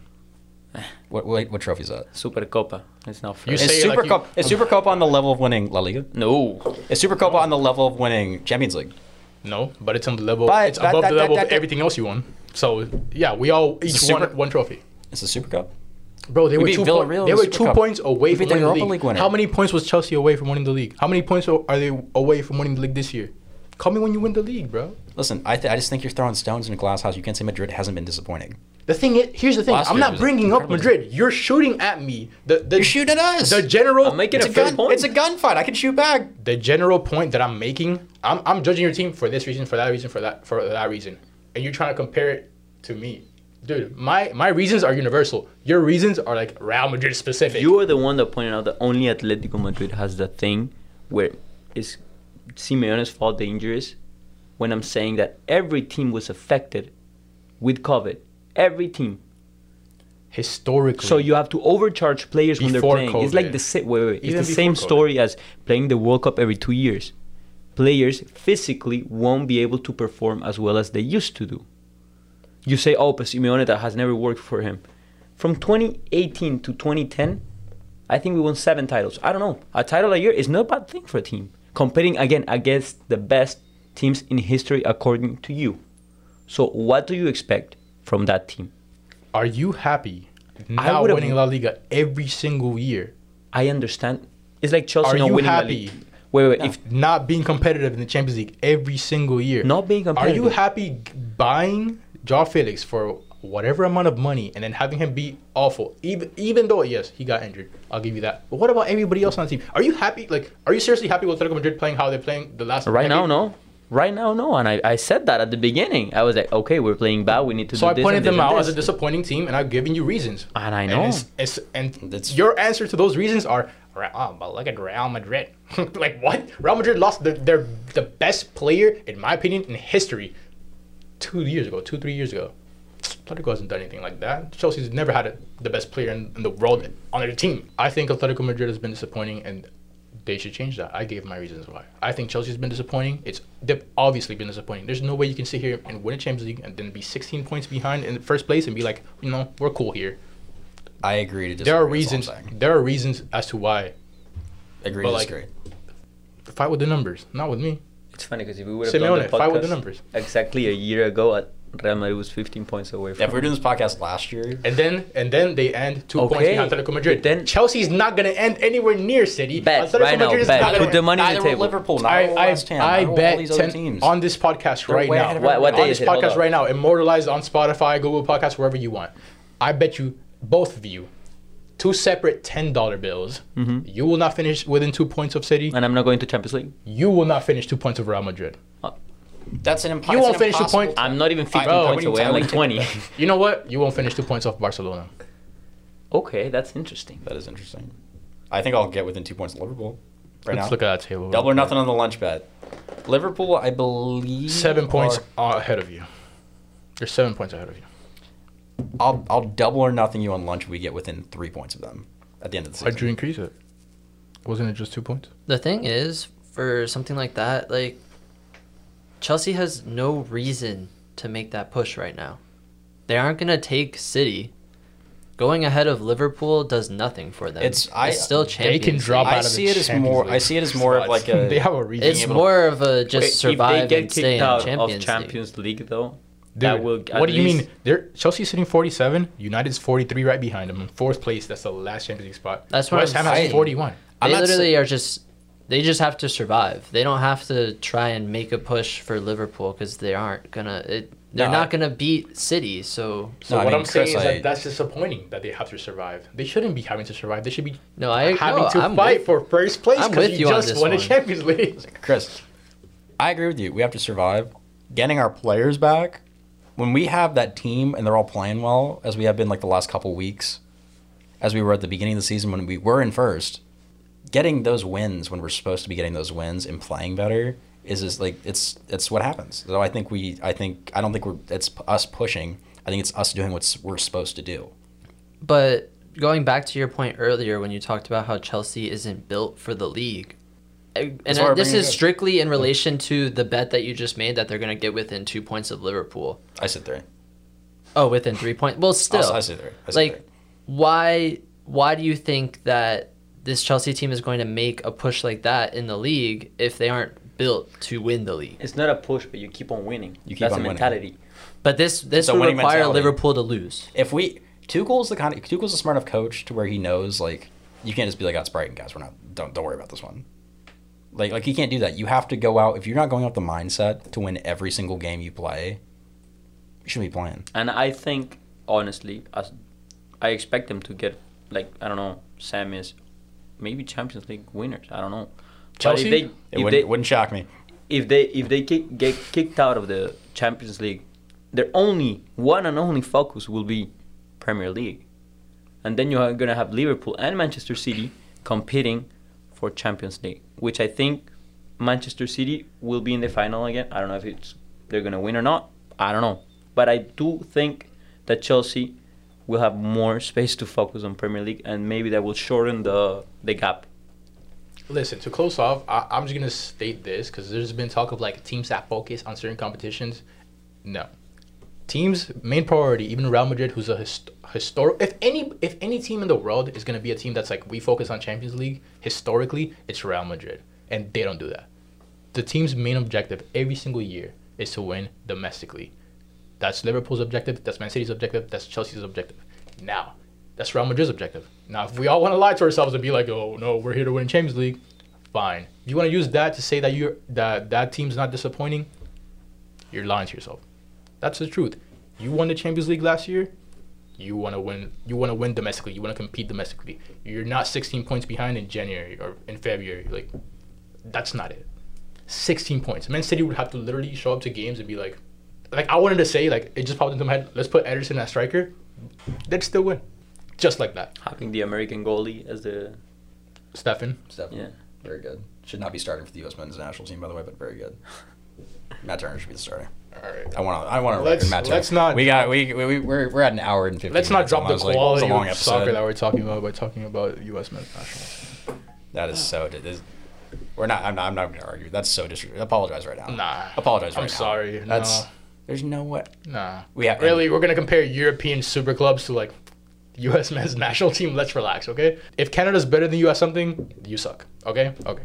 Speaker 1: What what, what trophy is that?
Speaker 4: Supercopa. It's not fair.
Speaker 2: You
Speaker 1: Is
Speaker 2: say it
Speaker 1: Super
Speaker 2: like you-
Speaker 1: Cup is Super Cup on the level of winning La Liga?
Speaker 4: no.
Speaker 1: Is Super Cup on the level of winning Champions League?
Speaker 2: No, but it's on the level.
Speaker 1: But-
Speaker 2: it's
Speaker 1: but-
Speaker 2: above
Speaker 1: that-
Speaker 2: the
Speaker 1: that-
Speaker 2: level
Speaker 1: that-
Speaker 2: of
Speaker 1: that-
Speaker 2: everything else you won. So yeah, we all each
Speaker 1: Super-
Speaker 2: won one trophy.
Speaker 1: It's the Super Cup.
Speaker 2: Bro, they
Speaker 1: We
Speaker 2: were
Speaker 1: beat
Speaker 2: two.
Speaker 1: Villarreal
Speaker 2: Point,
Speaker 1: in
Speaker 2: they
Speaker 1: the
Speaker 2: were
Speaker 1: Super
Speaker 2: two
Speaker 1: Cup.
Speaker 2: points away
Speaker 1: We
Speaker 2: from
Speaker 1: beat the
Speaker 2: winning the
Speaker 1: Europa
Speaker 2: league.
Speaker 1: League winner.
Speaker 2: How many points was Chelsea away from winning the league? How many points are they away from winning the league this year? Call me when you win the league, bro.
Speaker 1: Listen, I, th- I just think you're throwing stones in a glass house. You can't say Madrid hasn't been disappointing.
Speaker 2: The thing is, here's the thing.
Speaker 1: Last
Speaker 2: I'm
Speaker 1: year
Speaker 2: not
Speaker 1: was
Speaker 2: bringing up
Speaker 1: incredible.
Speaker 2: Madrid. You're shooting at me. The, the,
Speaker 1: You're shooting at us.
Speaker 2: The general.
Speaker 4: I'm making
Speaker 2: it's
Speaker 4: a
Speaker 2: gun-
Speaker 4: fair point.
Speaker 1: It's a gunfight. I can shoot back.
Speaker 2: the general point that I'm making, I'm, I'm judging your team for this reason, for that reason, for that for that reason, and you're trying to compare it to me, dude. My my reasons are universal. Your reasons are like Real Madrid specific.
Speaker 4: You are the one that pointed out that only Atletico Madrid has the thing where it's Simeone's fault, the injuries. When I'm saying that every team was affected with COVID, every team.
Speaker 2: historically,
Speaker 4: So you have to overcharge players when
Speaker 2: Before
Speaker 4: they're playing. It's like
Speaker 2: COVID.
Speaker 4: the sa- wait, wait, wait.
Speaker 2: Even
Speaker 4: It's the
Speaker 2: before
Speaker 4: same
Speaker 2: COVID.
Speaker 4: story as playing the World Cup every two years. Players physically won't be able to perform as well as they used to do. You say, oh, but Simeone that has never worked for him. From 2018 to 2010, I think we won seven titles. I don't know. A title a year is not a bad thing for a team. Competing again against the best teams in history, according to you. So, what do you expect from that team?
Speaker 2: are you happy now
Speaker 4: would've-
Speaker 2: winning La Liga every single year,
Speaker 4: I understand. It's like Chelsea
Speaker 2: Are
Speaker 4: not
Speaker 2: you
Speaker 4: winning
Speaker 2: happy?
Speaker 4: the league. Wait, wait. If
Speaker 2: not being competitive in the Champions League every single year?
Speaker 4: Not being
Speaker 2: Are you
Speaker 4: competitive.
Speaker 2: happy g- buying Jaw Felix for? Whatever amount of money, and then having him be awful, even even though yes, he got injured, I'll give you that. But what about everybody else on the team? Are you happy? Like, are you seriously happy with Atletico Madrid playing how they're playing the last?
Speaker 4: right now,
Speaker 2: decade?
Speaker 4: no. Right now, no. And I, I said that at the beginning. I was like, okay, we're playing bad. We need to.
Speaker 2: So
Speaker 4: do
Speaker 2: I
Speaker 4: this
Speaker 2: pointed
Speaker 4: and this
Speaker 2: them
Speaker 4: and
Speaker 2: out as
Speaker 4: this.
Speaker 2: a disappointing team, and I've given you reasons.
Speaker 4: And I
Speaker 2: And
Speaker 4: know.
Speaker 2: it's- it's- and
Speaker 1: That's-
Speaker 2: your answer to those reasons are, "Ra- oh, but look at Real Madrid. like what? Real Madrid lost the, their the best player, in my opinion, in history, two years ago, two three years ago. Atletico hasn't done anything like that. Chelsea's never had a, the best player in, in the world on their team. I think Atletico Madrid has been disappointing, and they should change that. I gave my reasons why. I think Chelsea's been disappointing. It's they've obviously been disappointing. There's no way you can sit here and win a Champions League and then be 16 points behind in the first place and be like, you know, we're cool here.
Speaker 1: I agree to disagree.
Speaker 2: There are
Speaker 1: that's all I'm
Speaker 2: reasons.
Speaker 1: saying.
Speaker 2: There are reasons as to why.
Speaker 1: Agree
Speaker 2: but,
Speaker 1: to
Speaker 2: like,
Speaker 1: disagree.
Speaker 2: Fight with the numbers, not with me.
Speaker 4: It's funny because if we would have done
Speaker 2: Simeone,
Speaker 4: the
Speaker 2: if I were the
Speaker 4: podcast
Speaker 2: numbers.
Speaker 4: exactly a year ago, at Real Madrid was 15 points
Speaker 1: Yeah,
Speaker 4: away
Speaker 1: if
Speaker 4: from.
Speaker 1: we were doing this podcast last year,
Speaker 2: And then and then they end two points
Speaker 4: Okay,
Speaker 2: behind Atletico Madrid.
Speaker 4: but then-
Speaker 2: Chelsea's not gonna end anywhere near City.
Speaker 4: Bet,
Speaker 2: Atletico
Speaker 4: right now,
Speaker 2: Madrid is
Speaker 4: bet.
Speaker 2: not gonna
Speaker 4: Put the money on
Speaker 1: neither
Speaker 4: the
Speaker 1: will
Speaker 4: table.
Speaker 1: Liverpool,
Speaker 2: I,
Speaker 1: neither will
Speaker 2: I,
Speaker 1: West Ham,
Speaker 2: I
Speaker 1: neither will all
Speaker 2: bet
Speaker 1: these other
Speaker 2: 10
Speaker 1: teams.
Speaker 2: on this podcast
Speaker 1: They're
Speaker 2: right
Speaker 1: way ahead
Speaker 2: now.
Speaker 1: of What- what
Speaker 2: on
Speaker 1: everyone. day
Speaker 2: this
Speaker 4: is it? Hold
Speaker 2: podcast
Speaker 4: up.
Speaker 2: right now, immortalized on Spotify, Google Podcasts, wherever you want. I bet you both of you two separate ten dollar bills.
Speaker 4: Mhm.
Speaker 2: You will not finish within two points of City.
Speaker 4: And I'm not going to Champions League.
Speaker 2: You will not finish two points of Real Madrid.
Speaker 1: That's an impossible.
Speaker 2: You won't finish the point.
Speaker 4: I'm not even 15
Speaker 1: Bro,
Speaker 4: points
Speaker 1: what do
Speaker 4: away.
Speaker 1: you-
Speaker 4: I'm
Speaker 1: I
Speaker 4: like
Speaker 1: wouldn't
Speaker 4: 20.
Speaker 2: You know what? You won't finish two points off Barcelona.
Speaker 4: okay, that's interesting.
Speaker 1: That is interesting. I think I'll get within two points of Liverpool right
Speaker 2: Let's
Speaker 1: now.
Speaker 2: look at that table.
Speaker 1: Double or nothing on the lunch bet. Liverpool, I believe.
Speaker 2: Seven points
Speaker 1: are-
Speaker 2: ahead of you. You're seven points ahead of you.
Speaker 1: I'll I'll double or nothing you on lunch. if We get within three points of them at the end of the season.
Speaker 2: Why'd you increase it? Wasn't it just two points?
Speaker 3: The thing is, for something like that, like Chelsea has no reason to make that push right now. They aren't gonna take City. Going ahead of Liverpool does nothing for them.
Speaker 1: It's- I-
Speaker 3: still
Speaker 2: They
Speaker 3: Champions.
Speaker 2: can drop
Speaker 1: I
Speaker 2: out of
Speaker 1: see
Speaker 2: the
Speaker 1: it as
Speaker 2: Champions
Speaker 1: more-
Speaker 2: League
Speaker 1: I see it as more of
Speaker 2: spots.
Speaker 1: like a-
Speaker 2: they have a reason.
Speaker 3: It's more of a just
Speaker 4: if
Speaker 3: survive
Speaker 4: they get
Speaker 3: and
Speaker 4: kicked
Speaker 3: stay in
Speaker 4: out
Speaker 3: Champions,
Speaker 4: of Champions League, though, that
Speaker 2: Dude,
Speaker 4: will. at
Speaker 2: what do you mean?
Speaker 4: least-
Speaker 2: They're Chelsea's sitting 47. United's 43 right behind them. In fourth place. That's the last Champions League spot.
Speaker 3: That's what
Speaker 2: West
Speaker 3: I'm
Speaker 2: Ham has
Speaker 3: saying.
Speaker 2: 41.
Speaker 1: I'm
Speaker 3: League. They
Speaker 1: not
Speaker 3: literally are just. They just have to survive. They don't have to try and make a push for Liverpool because they aren't gonna. It, they're
Speaker 1: No, I-
Speaker 3: not gonna beat City. So
Speaker 2: So
Speaker 1: No, I
Speaker 2: what
Speaker 1: mean,
Speaker 2: I'm saying
Speaker 1: Chris,
Speaker 2: is
Speaker 1: I-
Speaker 2: that that's disappointing that they have to survive. They shouldn't be having to survive. They should be
Speaker 3: no, I
Speaker 2: having
Speaker 3: no,
Speaker 2: to
Speaker 3: I'm
Speaker 2: fight
Speaker 3: with-
Speaker 2: for first place
Speaker 3: I'm
Speaker 2: because
Speaker 3: with
Speaker 2: you,
Speaker 3: you on
Speaker 2: just
Speaker 3: this
Speaker 2: won a
Speaker 3: one.
Speaker 2: Champions League.
Speaker 1: Chris, I agree with you. We have to survive. Getting our players back, when we have that team and they're all playing well, as we have been like the last couple weeks, as we were at the beginning of the season when we were in first, getting those wins when we're supposed to be getting those wins and playing better is just like it's it's what happens. So I think we I think I don't think we're it's us pushing. I think it's us doing what we're supposed to do.
Speaker 3: But going back to your point earlier when you talked about how Chelsea isn't built for the league. I- And
Speaker 1: That's why we're
Speaker 3: this
Speaker 1: bringing
Speaker 3: is
Speaker 1: it up.
Speaker 3: strictly in relation to the bet that you just made that they're going to get within two points of Liverpool.
Speaker 1: I said three.
Speaker 3: Oh, within three points. Well, still,
Speaker 1: I said three. I said
Speaker 3: like,
Speaker 1: three.
Speaker 3: why? Why do you think that this Chelsea team is going to make a push like that in the league if they aren't built to win the league?
Speaker 4: It's not a push, but you keep on winning.
Speaker 1: You keep
Speaker 4: that's
Speaker 1: on
Speaker 4: a
Speaker 1: winning.
Speaker 4: mentality.
Speaker 3: But this this
Speaker 1: a
Speaker 3: would
Speaker 1: winning
Speaker 3: require
Speaker 1: mentality.
Speaker 3: Liverpool to lose.
Speaker 1: if we Tuchel's the kind of Tuchel's a smart enough coach to where he knows like you can't just be like that's Brighton guys we're not don't don't worry about this one. Like like you can't do that. You have to go out if you're not going out with the mindset to win every single game you play. You shouldn't be playing.
Speaker 4: And I think, honestly, as I expect them to get, like, I don't know, Sam is maybe Champions League winners. I don't know. But
Speaker 2: Chelsea?
Speaker 4: if they,
Speaker 2: It
Speaker 1: It
Speaker 4: if
Speaker 1: wouldn't,
Speaker 4: they,
Speaker 1: wouldn't shock me.
Speaker 4: if they if they kick, get kicked out of the Champions League, their only one and only focus will be Premier League, and then you are gonna have Liverpool and Manchester City competing for Champions League, which I think Manchester City will be in the final again. I don't know if it's they're gonna win or not. I don't know, but I do think that Chelsea will have more space to focus on Premier League, and maybe that will shorten the the gap.
Speaker 2: Listen, to close off, I, I'm just gonna state this because there's been talk of like teams that focus on certain competitions. No, teams' main priority, even Real Madrid, who's a hist- historic. If any, if any team in the world is gonna be a team that's like we focus on Champions League historically, it's Real Madrid, and they don't do that. The team's main objective every single year is to win domestically. That's Liverpool's objective. That's Man City's objective. That's Chelsea's objective. Now, that's Real Madrid's objective. Now, if we all want to lie to ourselves and be like, "Oh no, we're here to win Champions League," fine. If you want to use that to say that you're that that team's not disappointing, you're lying to yourself. That's the truth. You won the Champions League last year. You want to win. You want to win domestically. You want to compete domestically. You're not 16 points behind in January or in February. Like, that's not it. 16 points. Man City would have to literally show up to games and be like, like I wanted to say, like it just popped into my head. Let's put Ederson as striker. They'd still win, just like that.
Speaker 4: Having the American goalie as the
Speaker 2: Stefan,
Speaker 1: Definitely.
Speaker 4: yeah.
Speaker 1: Very good. Should not be starting for the U.S. men's national team, by the way, but very good. Matt Turner should be the starter.
Speaker 2: all right.
Speaker 1: I want to. I want to
Speaker 2: Let's-
Speaker 1: record Matt Turner.
Speaker 2: let's not-
Speaker 1: We got. We we we're, we're at an hour and fifteen.
Speaker 2: Let's not
Speaker 1: minutes, and
Speaker 2: drop
Speaker 1: I
Speaker 2: the
Speaker 1: was like, it was
Speaker 2: quality
Speaker 1: a long
Speaker 2: of
Speaker 1: episode.
Speaker 2: soccer that we're talking about by talking about U.S. men's national.
Speaker 1: That is so. This, we're not. I'm not. I'm not going to argue. That's so disrespectful. Apologize right now.
Speaker 2: Nah.
Speaker 1: Apologize.
Speaker 2: I'm
Speaker 1: right now.
Speaker 2: sorry,
Speaker 1: That's.
Speaker 2: no.
Speaker 1: There's no way.
Speaker 2: Nah.
Speaker 1: We have-
Speaker 2: really we're gonna compare European super clubs to like U.S. men's national team. Let's relax, okay? If Canada's better than U.S. something, you suck, okay? Okay.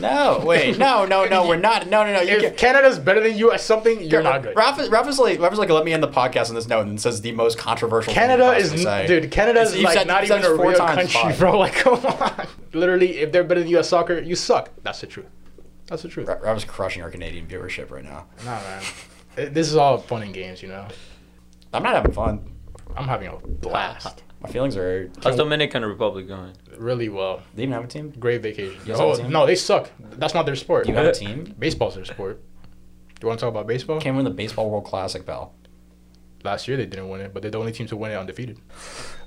Speaker 1: No. Wait. No. No. No. We're not. No. No. No. You
Speaker 2: If
Speaker 1: can't.
Speaker 2: Canada's better than U.S. something, you're not good.
Speaker 1: Rafa, Rafa's like, Rafa's like, let me end the podcast on this note, and says the most controversial. thing you
Speaker 2: Canada
Speaker 1: could
Speaker 2: is
Speaker 1: possibly
Speaker 2: n-
Speaker 1: say.
Speaker 2: dude. Canada's
Speaker 1: You've
Speaker 2: like
Speaker 1: said-
Speaker 2: not
Speaker 1: you've said
Speaker 2: even a
Speaker 1: this four
Speaker 2: real
Speaker 1: times,
Speaker 2: country,
Speaker 1: fine.
Speaker 2: bro. Like, come on. Literally, if they're better than U.S. soccer, you suck. That's the truth. That's the truth.
Speaker 1: Ra- Rafa's crushing our Canadian viewership right now.
Speaker 2: Nah, man. It- This is all fun and games, you know.
Speaker 1: I'm not having fun.
Speaker 2: I'm having a blast.
Speaker 1: My feelings are.
Speaker 4: How's Dominican Republic going?
Speaker 2: really well.
Speaker 1: They even have a team.
Speaker 2: Great vacation.
Speaker 1: You guys
Speaker 2: Oh
Speaker 1: have a team?
Speaker 2: no, they suck. That's not their sport.
Speaker 1: You have a team.
Speaker 2: Baseball's their sport. You want to talk about baseball?
Speaker 1: Can't win the baseball World Classic, pal.
Speaker 2: Last year they didn't win it, but they're the only team to win it undefeated.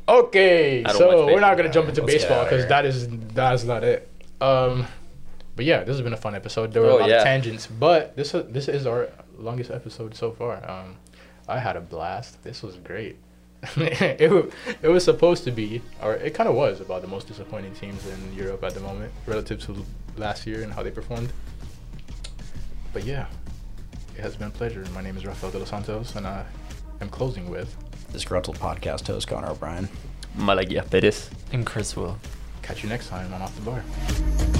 Speaker 2: Okay,
Speaker 4: I don't watch
Speaker 2: so we're not
Speaker 4: baseball.
Speaker 2: gonna jump into
Speaker 1: Let's get
Speaker 2: baseball
Speaker 1: outta
Speaker 2: because
Speaker 1: here.
Speaker 2: that is that's not it. Um, but yeah, this has been a fun episode. There were
Speaker 4: Oh,
Speaker 2: a lot
Speaker 4: yeah.
Speaker 2: of tangents, but this uh, this is our longest episode so far. Um, I had a blast. This was great. it, wa- it was supposed to be, or it kind of was, about the most disappointing teams in Europe at the moment relative to last year and how they performed. But yeah, it has been a pleasure. My name is Rafael de los Santos, and I am closing with
Speaker 1: Disgruntled podcast host Connor O'Brien.
Speaker 4: Malaguia Perez.
Speaker 3: And Chris will.
Speaker 2: catch you next time on Off the Bar.